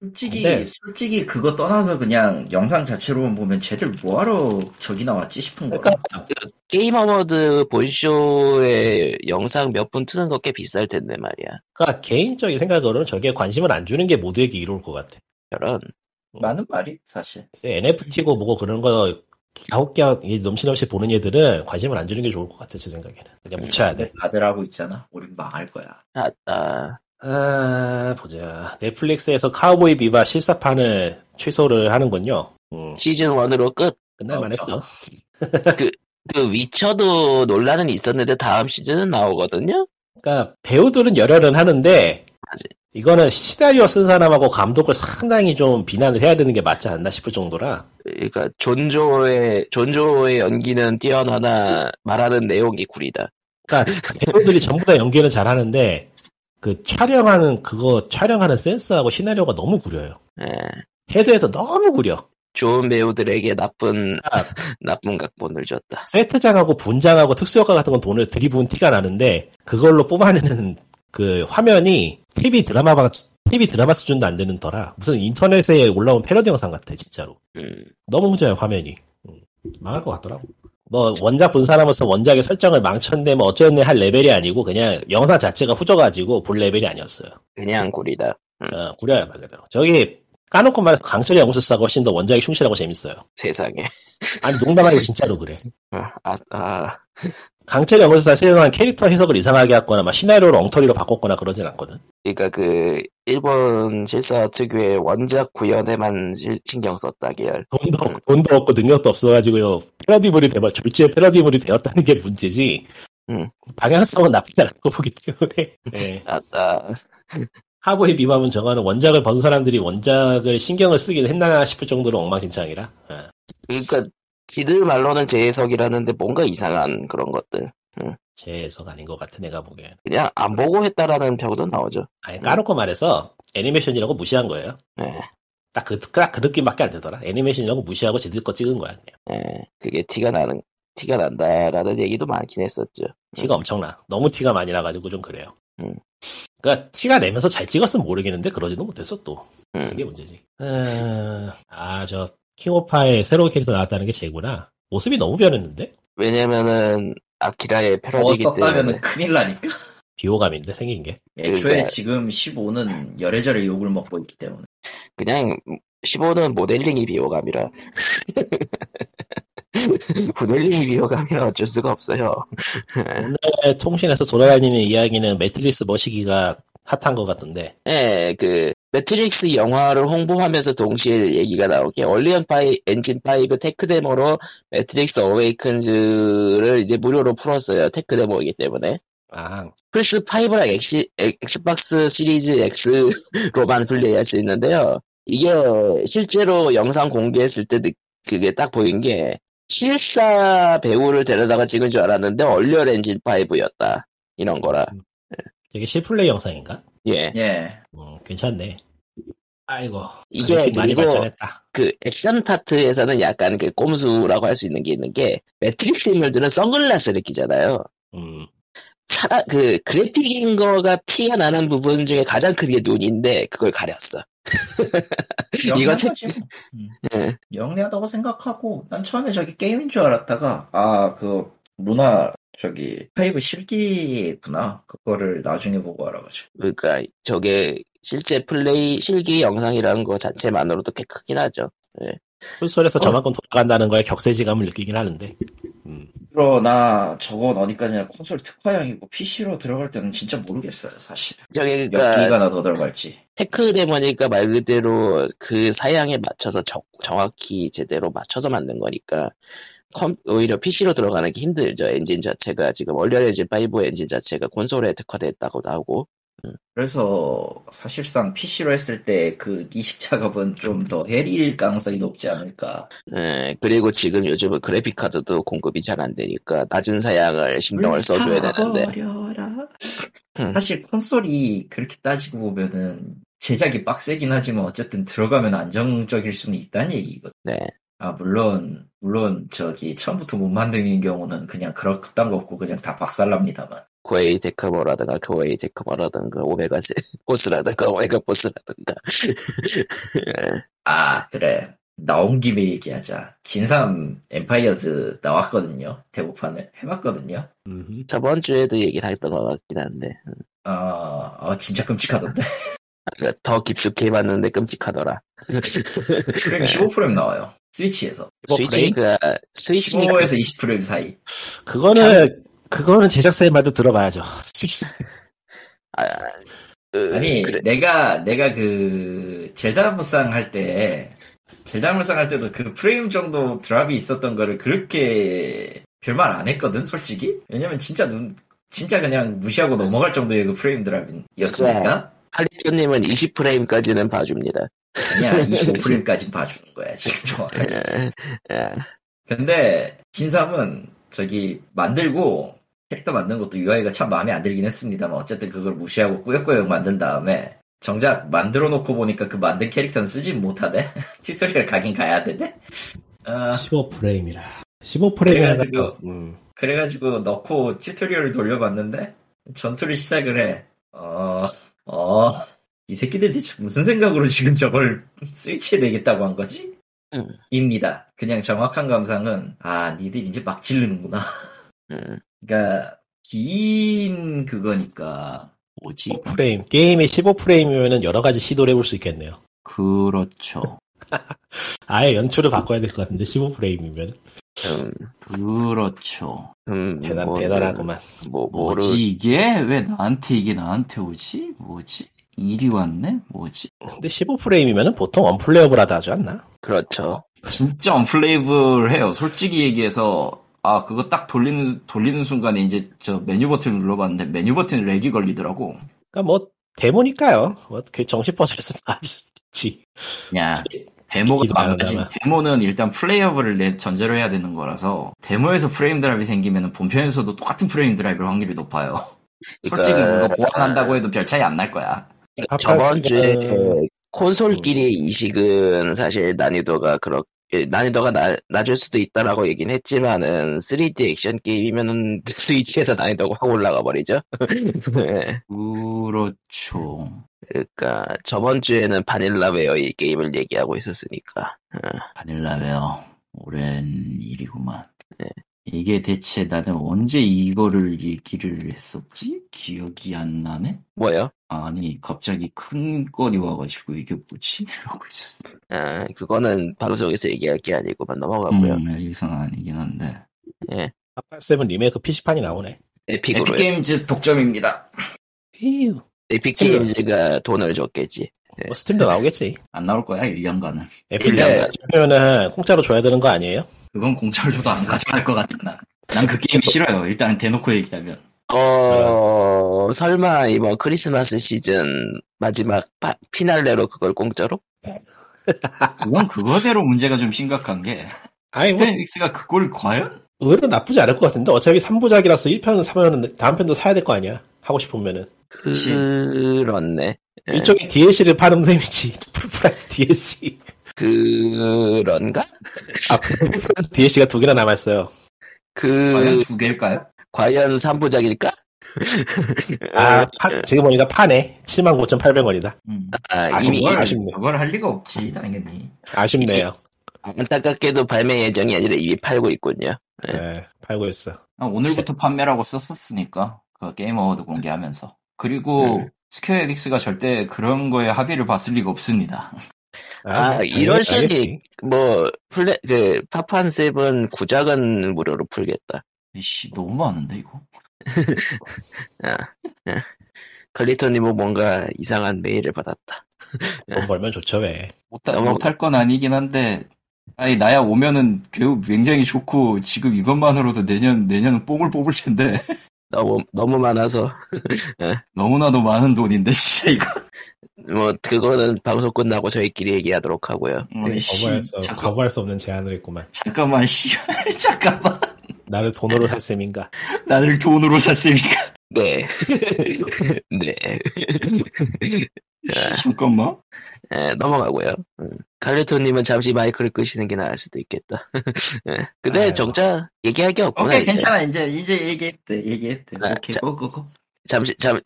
Speaker 2: 솔직히
Speaker 3: 근데-
Speaker 2: 솔직히 그거 떠나서 그냥 영상 자체로만 보면 쟤들 뭐하러 저기 나왔지 싶은 거야.
Speaker 3: 그러니까
Speaker 1: 게임 어워드 본쇼의 영상 몇 분 트는 거 꽤 비쌀 텐데 말이야.
Speaker 3: 그러니까 개인적인 생각으로는 저게 관심을 안 주는 게 모두에게 이로울 것 같아.
Speaker 1: 저런
Speaker 2: 많은 말이 사실.
Speaker 3: NFT고 뭐고 그런 거 갸웃갸웃 이 넘치넘치 보는 애들은 관심을 안 주는 게 좋을 것 같아 제 생각에는. 그냥 묻혀야 돼.
Speaker 2: 근데 다들 하고 있잖아. 우린 망할 거야.
Speaker 1: 아, 아,
Speaker 3: 아 보자. 넷플릭스에서 카우보이 비바 실사판을 취소를 하는군요. 음,
Speaker 1: 시즌 1으로 끝.
Speaker 3: 끝날만 했어.
Speaker 1: 그 위쳐도 논란은 있었는데 다음 시즌은 나오거든요.
Speaker 3: 그러니까 배우들은 열혈은 하는데 이거는 시나리오 쓴 사람하고 감독을 상당히 좀 비난을 해야 되는 게 맞지 않나 싶을 정도라
Speaker 1: 그러니까 존조의 존조의 연기는 뛰어나나 말하는 내용이 구리다.
Speaker 3: 그러니까 배우들이 전부 다 연기는 잘하는데 그 촬영하는 그거 촬영하는 센스하고 시나리오가 너무 구려요
Speaker 1: 예.
Speaker 3: 헤드에서 너무 구려
Speaker 1: 좋은 배우들에게 나쁜 [LAUGHS]
Speaker 3: 아.
Speaker 1: 나쁜 각본을 줬다.
Speaker 3: 세트장하고 분장하고 특수효과 같은 건 돈을 들이부은 티가 나는데 그걸로 뽑아내는 그 화면이 TV 드라마가 TV 드라마 수준도 안 되는 더라 무슨 인터넷에 올라온 패러디 영상 같아 진짜로
Speaker 1: 음.
Speaker 3: 너무 문제야 화면이 음, 망할 것 같더라고 뭐 원작 본 사람으로서 원작의 설정을 망쳤네 뭐 어쩌네 할 레벨이 아니고 그냥 영상 자체가 후져가지고 볼 레벨이 아니었어요
Speaker 1: 그냥 구리다.
Speaker 3: 어, 구려야 말 그대로 저기 까놓고 말해서 강철의 영수사가 훨씬 더 원작이 충실하고 재밌어요
Speaker 1: 세상에.
Speaker 3: 아니 농담 아니고 진짜로 그래
Speaker 1: 아, 아, 아.
Speaker 3: 강철의 영수사 세용한 캐릭터 해석을 이상하게 하거나 막 시나리오를 엉터리로 바꿨거나 그러진 않거든
Speaker 1: 그러니까 그 일본 실사 특유의 원작 구현에만 시- 신경 썼다 계열.
Speaker 3: 돈도, 없- 돈도 없고 능력도 없어가지고요 패러디물이 되면 졸지에 패러디물이 되었다는 게 문제지
Speaker 1: 음.
Speaker 3: 방향성은 나쁘지 않고 보기 [LAUGHS] 때문에 네.
Speaker 1: 아, 아.
Speaker 3: 하보의 비밥은 저거는 원작을 본 사람들이 원작을 신경을 쓰긴 했나 싶을 정도로 엉망진창이라. 예.
Speaker 1: 그러니까 기들 말로는 재해석이라는데 뭔가 이상한 그런 것들.
Speaker 3: 제 해석 아닌 것 같은 애가 보기엔.
Speaker 1: 그냥 안 보고 했다라는 평도 나오죠.
Speaker 3: 아예 까놓고 말해서 애니메이션이라고 무시한 거예요.
Speaker 1: 예.
Speaker 3: 그 딱 그, 딱그 느낌밖에 안 되더라. 애니메이션이라고 무시하고 지들 거 찍은 거야. 그냥.
Speaker 1: 예. 그게 티가 나는 티가 난다라는 얘기도 많긴 했었죠.
Speaker 3: 티가 엄청나. 너무 티가 많이 나가지고 좀 그래요.
Speaker 1: 음.
Speaker 3: 그러니까 티가 내면서 잘 찍었으면 모르겠는데 그러지도 못했어 또.
Speaker 1: 음.
Speaker 3: 그게 문제지. 아, 저 킹오파의 새로운 캐릭터 나왔다는 게 제구나. 모습이 너무 변했는데?
Speaker 1: 왜냐면은 아키라의
Speaker 2: 더
Speaker 1: 패러디기 때문에
Speaker 2: 썼다면은 큰일 나니까.
Speaker 3: 비호감인데 생긴 게.
Speaker 2: 애초에
Speaker 1: 그러니까-
Speaker 2: 지금 15는 열애절의 욕을 먹고 있기 때문에.
Speaker 1: 그냥 15는 모델링이 비호감이라 [LAUGHS] 모델링이 비호감이라 어쩔 수가 없어요.
Speaker 3: 오늘 통신에서 돌아다니는 이야기는 매트리스 머시기가 핫한 것 같던데.
Speaker 1: 예, 그 매트릭스 영화를 홍보하면서 동시에 얘기가 나오게 얼리언 파이 엔진 5 테크 데모로 매트릭스 어웨이큰즈를 이제 무료로 풀었어요. 테크 데모이기 때문에.
Speaker 3: 아,
Speaker 1: 플스 5랑 엑시, 엑- 엑스박스 시리즈 X로만 플레이할 수 있는데요. 이게 실제로 영상 공개했을 때 느- 그게 딱 보인 게 실사 배우를 데려다가 찍은 줄 알았는데 얼리언 엔진 5였다. 이런 거라.
Speaker 3: 되게 실플레이 영상인가?
Speaker 1: 예.
Speaker 2: 예.
Speaker 3: 음, 괜찮네. 아이고.
Speaker 1: 이게
Speaker 3: 아직 많이
Speaker 1: 그리고
Speaker 3: 발전했다.
Speaker 1: 그 액션 파트에서는 약간 그 꼼수라고 할 수 있는 게 있는 게 매트릭스 인물들은 선글라스를 끼잖아요.
Speaker 3: 음,
Speaker 1: 사라 그 그래픽인 거가 피가 나는 부분 중에 가장 큰 게 눈인데 그걸 가렸어.
Speaker 2: 영리한
Speaker 1: 책-
Speaker 2: 거지 뭐. 음.
Speaker 1: 예.
Speaker 2: 영리하다고 생각하고 난 처음에 저게 게임인 줄 알았다가 아 그 루나 저기 파이브 실기구나 그거를 나중에 보고 알아가지고
Speaker 1: 그러니까 저게 실제 플레이 실기 영상이라는 거 자체만으로도 꽤 크긴 하죠.
Speaker 3: 콘솔에서 저만큼 돌아간다는 거에 격세지감을 느끼긴 하는데. 음,
Speaker 2: 그러나 저건 어디까지나 콘솔 특화형이고 PC로 들어갈 때는 진짜 모르겠어요 사실
Speaker 1: 저게
Speaker 2: 몇
Speaker 1: 그러니까
Speaker 2: 기가나 더 들어갈지
Speaker 1: 테크 데모니까 말 그대로 그 사양에 맞춰서 적- 정확히 제대로 맞춰서 만든 거니까 컴- 오히려 PC로 들어가는 게 힘들죠. 엔진 자체가 지금 얼리언 엔진 5 엔진 자체가 콘솔에 특화됐다고도 하고
Speaker 2: 그래서 사실상 PC로 했을 때 그 이식 작업은 좀 더 해릴 가능성이 높지 않을까
Speaker 1: 예, 그리고 지금 요즘은 그래픽 카드도 공급이 잘 안 되니까 낮은 사양을
Speaker 2: 음,
Speaker 1: 신경을 써줘야
Speaker 2: 아, 어.
Speaker 1: 되는데
Speaker 2: 버려라.
Speaker 1: 음.
Speaker 2: 사실 콘솔이 그렇게 따지고 보면은 제작이 빡세긴 하지만 어쨌든 들어가면 안정적일 수는 있다는 얘기거든.
Speaker 1: 네.
Speaker 2: 아 물론 물론 저기 처음부터 못 만드는 경우는 그냥 그렇단 거 없고 그냥 다 박살납니다만.
Speaker 1: 코웨이 데크머라든가 코웨이 데크머라든가 오메가 세- [LAUGHS] 보스라든가 오메가 보스라든가 [LAUGHS]
Speaker 2: 아 그래 나온 김에 얘기하자. 진삼 엠파이어즈 나왔거든요. 대부판을 해봤거든요.
Speaker 3: 음흠.
Speaker 1: 저번 주에도 얘기를 했던 것 같긴 한데
Speaker 2: 어, 어,
Speaker 1: [LAUGHS]
Speaker 2: 진짜 끔찍하던데.
Speaker 1: 그러니까 더 깊숙이 해봤는데 끔찍하더라.
Speaker 2: 프레임 15프레임 나와요. 스위치에서.
Speaker 3: 뭐
Speaker 1: [LAUGHS] 그러니까 스위치가 스위치니까
Speaker 2: 15에서 20프레임 사이.
Speaker 3: 그거는, 그거는 제작사의 말도 들어봐야죠.
Speaker 1: 아, 으,
Speaker 2: 아니
Speaker 1: 그래.
Speaker 2: 내가 내가 그 젤다 무쌍 할 때 젤다 무쌍 할 때도 그 프레임 정도 드랍이 있었던 거를 그렇게 별말 안 했거든 솔직히 왜냐면 진짜 눈 진짜 그냥 무시하고 넘어갈 정도의 그 프레임
Speaker 1: 네.
Speaker 2: 드랍이었으니까
Speaker 1: 칼리토님은 20프레임까지는 봐줍니다. [LAUGHS]
Speaker 2: 아니야 25프레임까지 봐주는 거야 지금 정확하게
Speaker 1: 예, 예.
Speaker 2: 근데 진삼은 저기 만들고 캐릭터 만든 것도 UI가 참 마음에 안 들긴 했습니다만 어쨌든 그걸 무시하고 꾸역꾸역 만든 다음에 정작 만들어 놓고 보니까 그 만든 캐릭터는 쓰진 못하네 [LAUGHS] 튜토리얼 가긴 가야 되네 아,
Speaker 3: 15프레임이라. 15프레임이라.
Speaker 2: 그래가지고-
Speaker 3: 음.
Speaker 2: 그래가지고 넣고 튜토리얼을 돌려봤는데 전투를 시작을 해 어, 어, 이 새끼들 대체 무슨 생각으로 지금 저걸 스위치에 내겠다고 한 거지?
Speaker 1: 음.
Speaker 2: 입니다. 그냥 정확한 감상은 아 니들 이제 막 질르는구나
Speaker 1: 음.
Speaker 2: 그러니까 긴 그거니까
Speaker 4: 뭐지?
Speaker 3: 15프레임. 게임이 15프레임이면 여러 가지 시도를 해볼 수 있겠네요.
Speaker 4: 그렇죠.
Speaker 3: 아예 연출을 바꿔야 될 것 같은데, 15프레임이면.
Speaker 1: 음,
Speaker 4: 그렇죠.
Speaker 1: 음,
Speaker 3: 대단,
Speaker 1: 뭐,
Speaker 3: 대단하구만.
Speaker 1: 뭐, 뭐를,
Speaker 4: 뭐지 이게? 왜 나한테 이게 나한테 오지? 뭐지? 일이 왔네? 뭐지?
Speaker 3: 근데 15프레임이면 보통 언플레이어블하다 하지 않나?
Speaker 1: 그렇죠.
Speaker 4: 진짜 언플레이블해요. 솔직히 얘기해서 아 그거 딱 돌리는 돌리는 순간에 이제 저 메뉴 버튼 눌러봤는데 메뉴 버튼 렉이 걸리더라고.
Speaker 3: 그니까 뭐, 데모니까요. 뭐, 그 정식 버전에서 [LAUGHS] 나아질 수도 있지.
Speaker 4: 야 데모가
Speaker 3: 이기도
Speaker 4: 망가진
Speaker 3: 다르다만.
Speaker 4: 데모는 일단 플레이어블을 내 전제로 해야 되는 거라서 데모에서 프레임 드랍이 생기면 본편에서도 똑같은 프레임 드랍일 확률이 높아요. [LAUGHS] 솔직히
Speaker 1: 그러니까-
Speaker 4: 이거 보완한다고 해도 별 차이 안 날 거야.
Speaker 1: 저번 그
Speaker 3: 팝파스가- 음.
Speaker 1: 주에 그 콘솔끼리 이식은 사실 난이도가 그렇, 예, 난이도가 나, 낮을 수도 있다라고 얘기는 했지만은 3D 액션 게임이면은 [LAUGHS] 스위치에서 난이도가 확 올라가 버리죠. [LAUGHS] 예.
Speaker 2: 그렇죠.
Speaker 1: 그러니까 저번 주에는 바닐라웨어 이 게임을 얘기하고 있었으니까
Speaker 2: 바닐라웨어 오랜 일이구만.
Speaker 1: 네.
Speaker 2: 이게 대체 나는 언제 이거를 얘기를 했었지? 기억이 안 나네?
Speaker 1: 뭐요?
Speaker 2: 아니 갑자기 큰 건이 와가지고 이게 뭐지? 이러고 있었어.
Speaker 1: 아, 그거는 방송에서 얘기할 게 아니고만 넘어가고요.
Speaker 2: 음, 이상은 아니긴 한데.
Speaker 3: 아파 세븐 리메이크 PC판이 나오네.
Speaker 1: 에픽으로 요
Speaker 5: 에픽게임즈 독점입니다.
Speaker 3: 이유.
Speaker 1: 에픽 게임즈가 돈을 줬겠지.
Speaker 3: 뭐 스팀도 나오겠지.
Speaker 2: 안 나올 거야 1년간은.
Speaker 3: 에픽
Speaker 1: 일년
Speaker 3: 게임 주면은 공짜로 줘야 되는 거 아니에요?
Speaker 2: 그건 공짜로 줘도 안 가져갈 것 같아 난. 난 그 게임 싫어요. 일단 대놓고 얘기하면.
Speaker 1: 어, 설마 이번 크리스마스 시즌 마지막 파- 피날레로 그걸 공짜로?
Speaker 2: 그건 그거대로 문제가 좀 심각한 게
Speaker 3: 아니
Speaker 1: 네.
Speaker 3: 뭐
Speaker 2: 스페닉스가 그걸 과연?
Speaker 3: 의외로 나쁘지 않을 것 같은데 어차피 3부작이라서 1편은 사면은 다음 편도 사야 될 거 아니야. 하고 싶으면은.
Speaker 2: 그치.
Speaker 1: 그렇네. 예.
Speaker 3: 일종의 DLC를 파는 셈이지. [LAUGHS] 풀프라이스 DLC.
Speaker 1: 그런가?
Speaker 3: 아, 풀프라이스 DLC가 두 개나 남았어요.
Speaker 2: 과연
Speaker 1: 그
Speaker 2: 두 개일까요?
Speaker 1: 과연 3부작일까?
Speaker 3: 아,
Speaker 1: 네.
Speaker 3: 파- 지금 보니까 파네. 79,800원이다.
Speaker 2: 음.
Speaker 1: 아,
Speaker 3: 아쉽-
Speaker 1: 이미
Speaker 3: 아쉽- 아쉽네.
Speaker 2: 그걸 할 리가 없지 당연히.
Speaker 3: 아쉽네요.
Speaker 1: 안타깝게도 발매 예정이 아니라 이미 팔고 있군요. 예.
Speaker 3: 예, 팔고 있어.
Speaker 2: 아, 오늘부터 판매라고 썼었으니까 그 게임 어워드 공개하면서 그리고
Speaker 3: 네.
Speaker 2: 스퀘어 에닉스가 절대 그런 거에 합의를 봤을 리가 없습니다.
Speaker 1: 아,
Speaker 3: 당연히
Speaker 1: 이런 식이-
Speaker 3: 알겠지.
Speaker 1: 뭐 플레 그 파판 세븐 구작은 무료로 풀겠다.
Speaker 2: 이씨 너무 많은데 이거.
Speaker 1: 클리토니 뭐 뭔가 이상한 메일을 받았다. 아.
Speaker 3: 돈 벌면 좋죠, 왜.
Speaker 2: 못할
Speaker 1: 넘어가.
Speaker 2: 못할 건 아니긴 한데 아니 나야 오면은 괴우 굉장히 좋고 지금 이것만으로도 내년 내년은 뽕을 뽑을 텐데 [LAUGHS]
Speaker 1: 너무 너무 많아서
Speaker 2: 너무나도 많은 돈인데 진짜 이거.
Speaker 1: 뭐 그거는 방송 끝나고 저희끼리 얘기하도록 하고요.
Speaker 2: 어, 이씨,
Speaker 3: 거부할 수,
Speaker 2: 잠깐,
Speaker 3: 거부할 수 없는 제안을 했구만.
Speaker 2: 잠깐만 씨 [LAUGHS] 잠깐만
Speaker 3: 나를
Speaker 1: 아.
Speaker 3: 돈으로 살 셈인가.
Speaker 2: 나를 돈으로 샀으니까
Speaker 1: 네. [LAUGHS] 네.
Speaker 2: [LAUGHS] 씨, 잠깐만
Speaker 1: 예, 넘어가고요. 음. 칼리토님은 잠시 마이크를 끄시는 게 나을 수도 있겠다. [LAUGHS] 예. 근데
Speaker 3: 아유.
Speaker 1: 정작 얘기할 게 없구나.
Speaker 5: 오케이
Speaker 1: 이제.
Speaker 5: 괜찮아 이제 이제 얘기했대 얘기했대
Speaker 2: 네,
Speaker 1: 아,
Speaker 5: 오케이
Speaker 1: 자,
Speaker 5: 고고고
Speaker 1: 잠시 [LAUGHS] 잠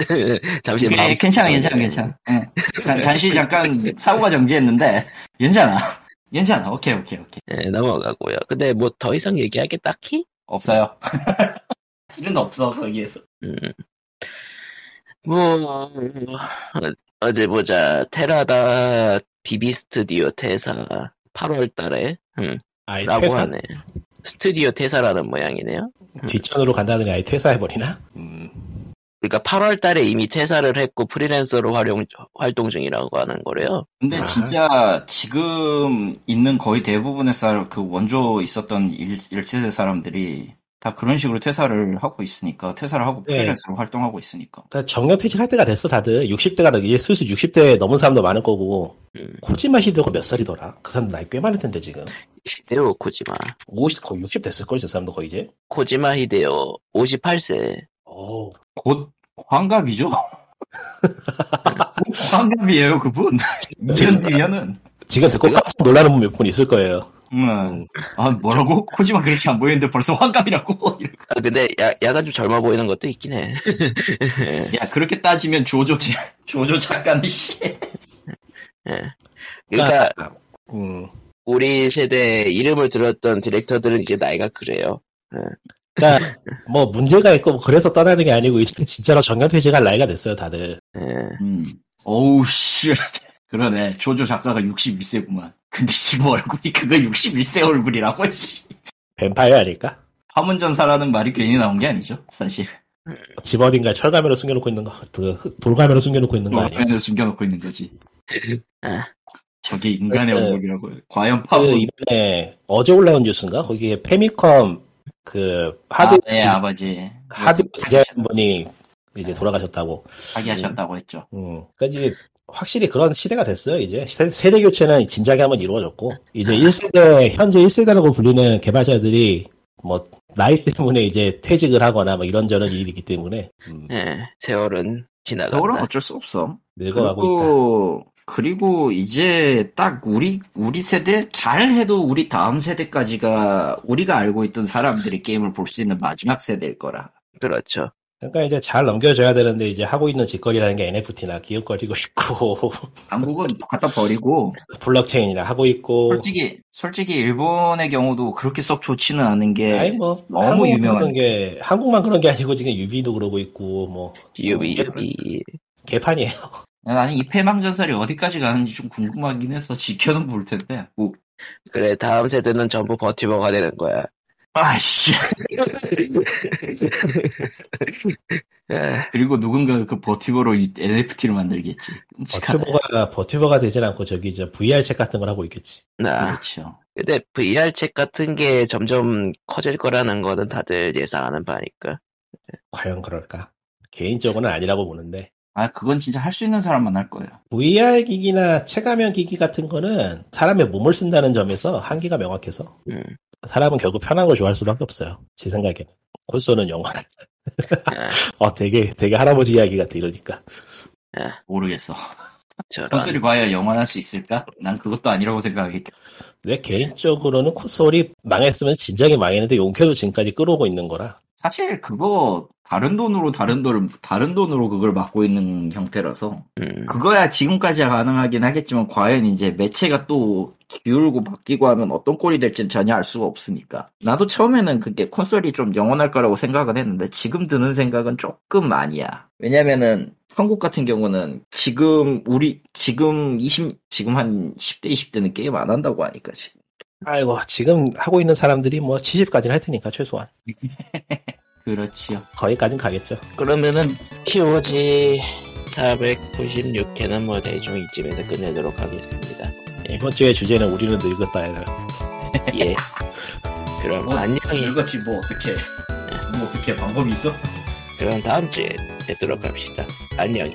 Speaker 1: 잠시
Speaker 2: 그래,
Speaker 1: 마음-
Speaker 2: 네, 괜찮아, 괜찮아, 괜찮아. 응. 잠, 잠시 잠깐 [LAUGHS] 사고가 정지했는데 괜찮아, [LAUGHS] 괜찮아. 오케이, 오케이, 오케이.
Speaker 1: 예, 넘어가고요. 근데 뭐 더 이상 얘기할 게 딱히
Speaker 2: 없어요. [LAUGHS] 일은 없어 거기에서.
Speaker 1: 음. 뭐, 어제 보자. 테라다 비비 스튜디오 퇴사 8월 달에, 음,
Speaker 3: 아이,
Speaker 1: 라고
Speaker 3: 퇴사,
Speaker 1: 하네. 음. 스튜디오 퇴사라는 모양이네요.
Speaker 3: 뒷전으로 간다더니 아예 퇴사해버리나?
Speaker 1: 음. 그러니까 8월 달에 이미 퇴사를 했고 프리랜서로 활용, 활동 중이라고 하는 거래요.
Speaker 2: 근데
Speaker 3: 아하.
Speaker 2: 진짜 지금 있는 거의 대부분의 사- 그 원조 있었던 일, 일세대 사람들이 다 그런 식으로 퇴사를 하고 있으니까 퇴사를 하고
Speaker 3: 네.
Speaker 2: 프리랜서로 활동하고 있으니까.
Speaker 3: 다 정년퇴직할 때가 됐어, 다들. 60대가, 이제 슬슬 60대 넘은 사람도 많을 거고.
Speaker 1: 음.
Speaker 3: 코지마 히데오가 몇 살이더라? 그 사람 나이 꽤 많을 텐데, 지금.
Speaker 1: 히데오 코지마.
Speaker 3: 50, 거의 60 됐을걸, 저 사람도 거의 이제.
Speaker 1: 코지마 히데오 58세.
Speaker 3: 오,
Speaker 2: 곧 [LAUGHS] 환갑이죠. 곧 환갑이에요 그분. 2002년은.
Speaker 3: 지금 듣고
Speaker 1: 내가-
Speaker 3: 깜짝 놀라는 분 몇 분 있을 거예요.
Speaker 2: 응. 아 뭐라고? 코지마 그렇게 안 보이는데 벌써 환갑이라고?
Speaker 1: 아, 근데 야, 약간 좀 젊어 보이는 것도 있긴 해. [LAUGHS]
Speaker 2: 야 그렇게 따지면 조조 제, 조조 작가는 씨.
Speaker 1: 그러니까
Speaker 3: 아, 음.
Speaker 1: 우리 세대 이름을 들었던 디렉터들은 이제 나이가 그래요.
Speaker 3: 그러니까 뭐 문제가 있고 뭐 그래서 떠나는 게 아니고 이제 진짜로 정년퇴직할 나이가 됐어요, 다들.
Speaker 1: 예.
Speaker 2: 음. 어우 씨. [LAUGHS] 그러네. 조조 작가가 61세구만. 근데 지금 얼굴이 그거 61세 얼굴이라고. [LAUGHS] 씨.
Speaker 3: 뱀파이어 아닐까?
Speaker 2: 파문전사라는 말이 괜히 나온 게 아니죠. 사실.
Speaker 3: 집 어딘가에 철가면으로 숨겨놓고 있는 거, 그, 돌가면으로 숨겨놓고 있는 거 아니야?
Speaker 2: 얼굴을 숨겨놓고 있는
Speaker 3: [LAUGHS]
Speaker 2: 거지.
Speaker 1: 아.
Speaker 2: 저게 인간의
Speaker 3: 네.
Speaker 2: 얼굴이라고. 과연
Speaker 3: 그
Speaker 2: 파문.
Speaker 3: 이번에 어제 올라온 뉴스인가? 거기에 페미컴 그 하드
Speaker 2: 아, 네, 그 아버지.
Speaker 3: 하드
Speaker 2: 자기
Speaker 3: 디자인 분이 이제 돌아가셨다고.
Speaker 2: 하셨다고 했죠.
Speaker 3: 음. 그러니까 이제 확실히 그런 시대가 됐어요. 이제 세- 세대 교체는 진작에 한번 이루어졌고 이제
Speaker 2: 아.
Speaker 3: 1세대 현재 1세대라고 불리는 개발자들이 뭐 나이 때문에 이제 퇴직을 하거나 뭐 이런저런 일이 있기 때문에 음,
Speaker 1: 예, 세월은 지나간다.
Speaker 3: 아, 네.
Speaker 2: 그거는 어쩔 수 없어.
Speaker 3: 늙어가고 있다.
Speaker 2: 그리고 그리고 이제 딱 우리 우리 세대 잘해도 우리 다음 세대까지가 우리가 알고 있던 사람들이 게임을 볼 수 있는 마지막 세대일 거라.
Speaker 1: 그렇죠.
Speaker 3: 그러니까 이제 잘 넘겨줘야 되는데 이제 하고 있는 짓거리라는 게 NFT나 기웃거리고 있고 [LAUGHS]
Speaker 2: 한국은 [LAUGHS] 갖다 버리고
Speaker 3: 블록체인이나 하고 있고
Speaker 2: 솔직히 솔직히 일본의 경우도 그렇게 썩 좋지는 않은
Speaker 3: 아니
Speaker 2: 게
Speaker 3: 뭐
Speaker 2: 네. 너무
Speaker 3: 한국만
Speaker 2: 유명한
Speaker 3: 그런 게 한국만 그런 게 아니고 지금 유비도 그러고 있고 뭐
Speaker 1: 어, 유비 유비
Speaker 3: 개판이에요.
Speaker 2: 나는 이 패망전설이 어디까지 가는지 좀 궁금하긴 해서 지켜는 볼 텐데. 뭐
Speaker 1: 그래 다음 세대는 전부 버티버가 되는 거야.
Speaker 2: 아씨
Speaker 1: 아,
Speaker 2: 그리고 누군가 그 버티버로 NFT를 만들겠지. 끔찍하다.
Speaker 3: 버튜버가 버튜버가 되진 않고 저기 저 VR 책 같은 걸 하고 있겠지.
Speaker 1: 나
Speaker 2: 그렇죠.
Speaker 1: 근데 VR 책 같은 게 점점 커질 거라는 거는 다들 예상하는 바니까.
Speaker 3: 과연 그럴까? 개인적으로는 아니라고 보는데
Speaker 2: 아 그건 진짜 할 수 있는 사람만 할 거예요.
Speaker 3: VR 기기나 체감형 기기 같은 거는 사람의 몸을 쓴다는 점에서 한계가 명확해서
Speaker 1: 음.
Speaker 3: 사람은 결국 편한 걸 좋아할 수밖에 없어요. 제 생각에는 콘솔은 영원한.
Speaker 1: 아,
Speaker 3: [LAUGHS] 어 되게 되게 할아버지 이야기 같아 이러니까.
Speaker 2: 모르겠어.
Speaker 1: 저런.
Speaker 2: 콘솔이 과연 영원할 수 있을까? 난 그것도 아니라고 생각하기 때문에.
Speaker 3: 내 개인적으로는 콘솔이 망했으면 진작에 망했는데 용케도 지금까지 끌어오고 있는 거라.
Speaker 2: 사실 그거 다른 돈으로 다른 돈을 다른 돈으로 그걸 막고 있는 형태라서
Speaker 1: 음.
Speaker 2: 그거야 지금까지야 가능하긴 하겠지만 과연 이제 매체가 또 기울고 바뀌고 하면 어떤 꼴이 될지는 전혀 알 수가 없으니까 나도 처음에는 그게 콘솔이 좀 영원할 거라고 생각은 했는데 지금 드는 생각은 조금 아니야 왜냐면은 한국 같은 경우는 지금 우리 지금 20 지금 한 10대 20대는 게임 안 한다고 하니까 지금.
Speaker 3: 아이고 지금 하고 있는 사람들이 뭐 70까지는 할 테니까 최소한
Speaker 2: 그렇지요
Speaker 3: 거기까진 가겠죠.
Speaker 1: 아, 그러면은 POG 496회는 뭐 대충 이쯤에서 끝내도록 하겠습니다.
Speaker 3: 이번 주의 주제는 우리는 늙었다 얘들.
Speaker 1: [LAUGHS] 예. 그럼
Speaker 2: 뭐,
Speaker 1: 안녕히.
Speaker 2: 늙었지 뭐 어떻게 뭐 어떻게 방법이 있어?
Speaker 1: 그럼 다음 주에 뵙도록 합시다. 안녕히.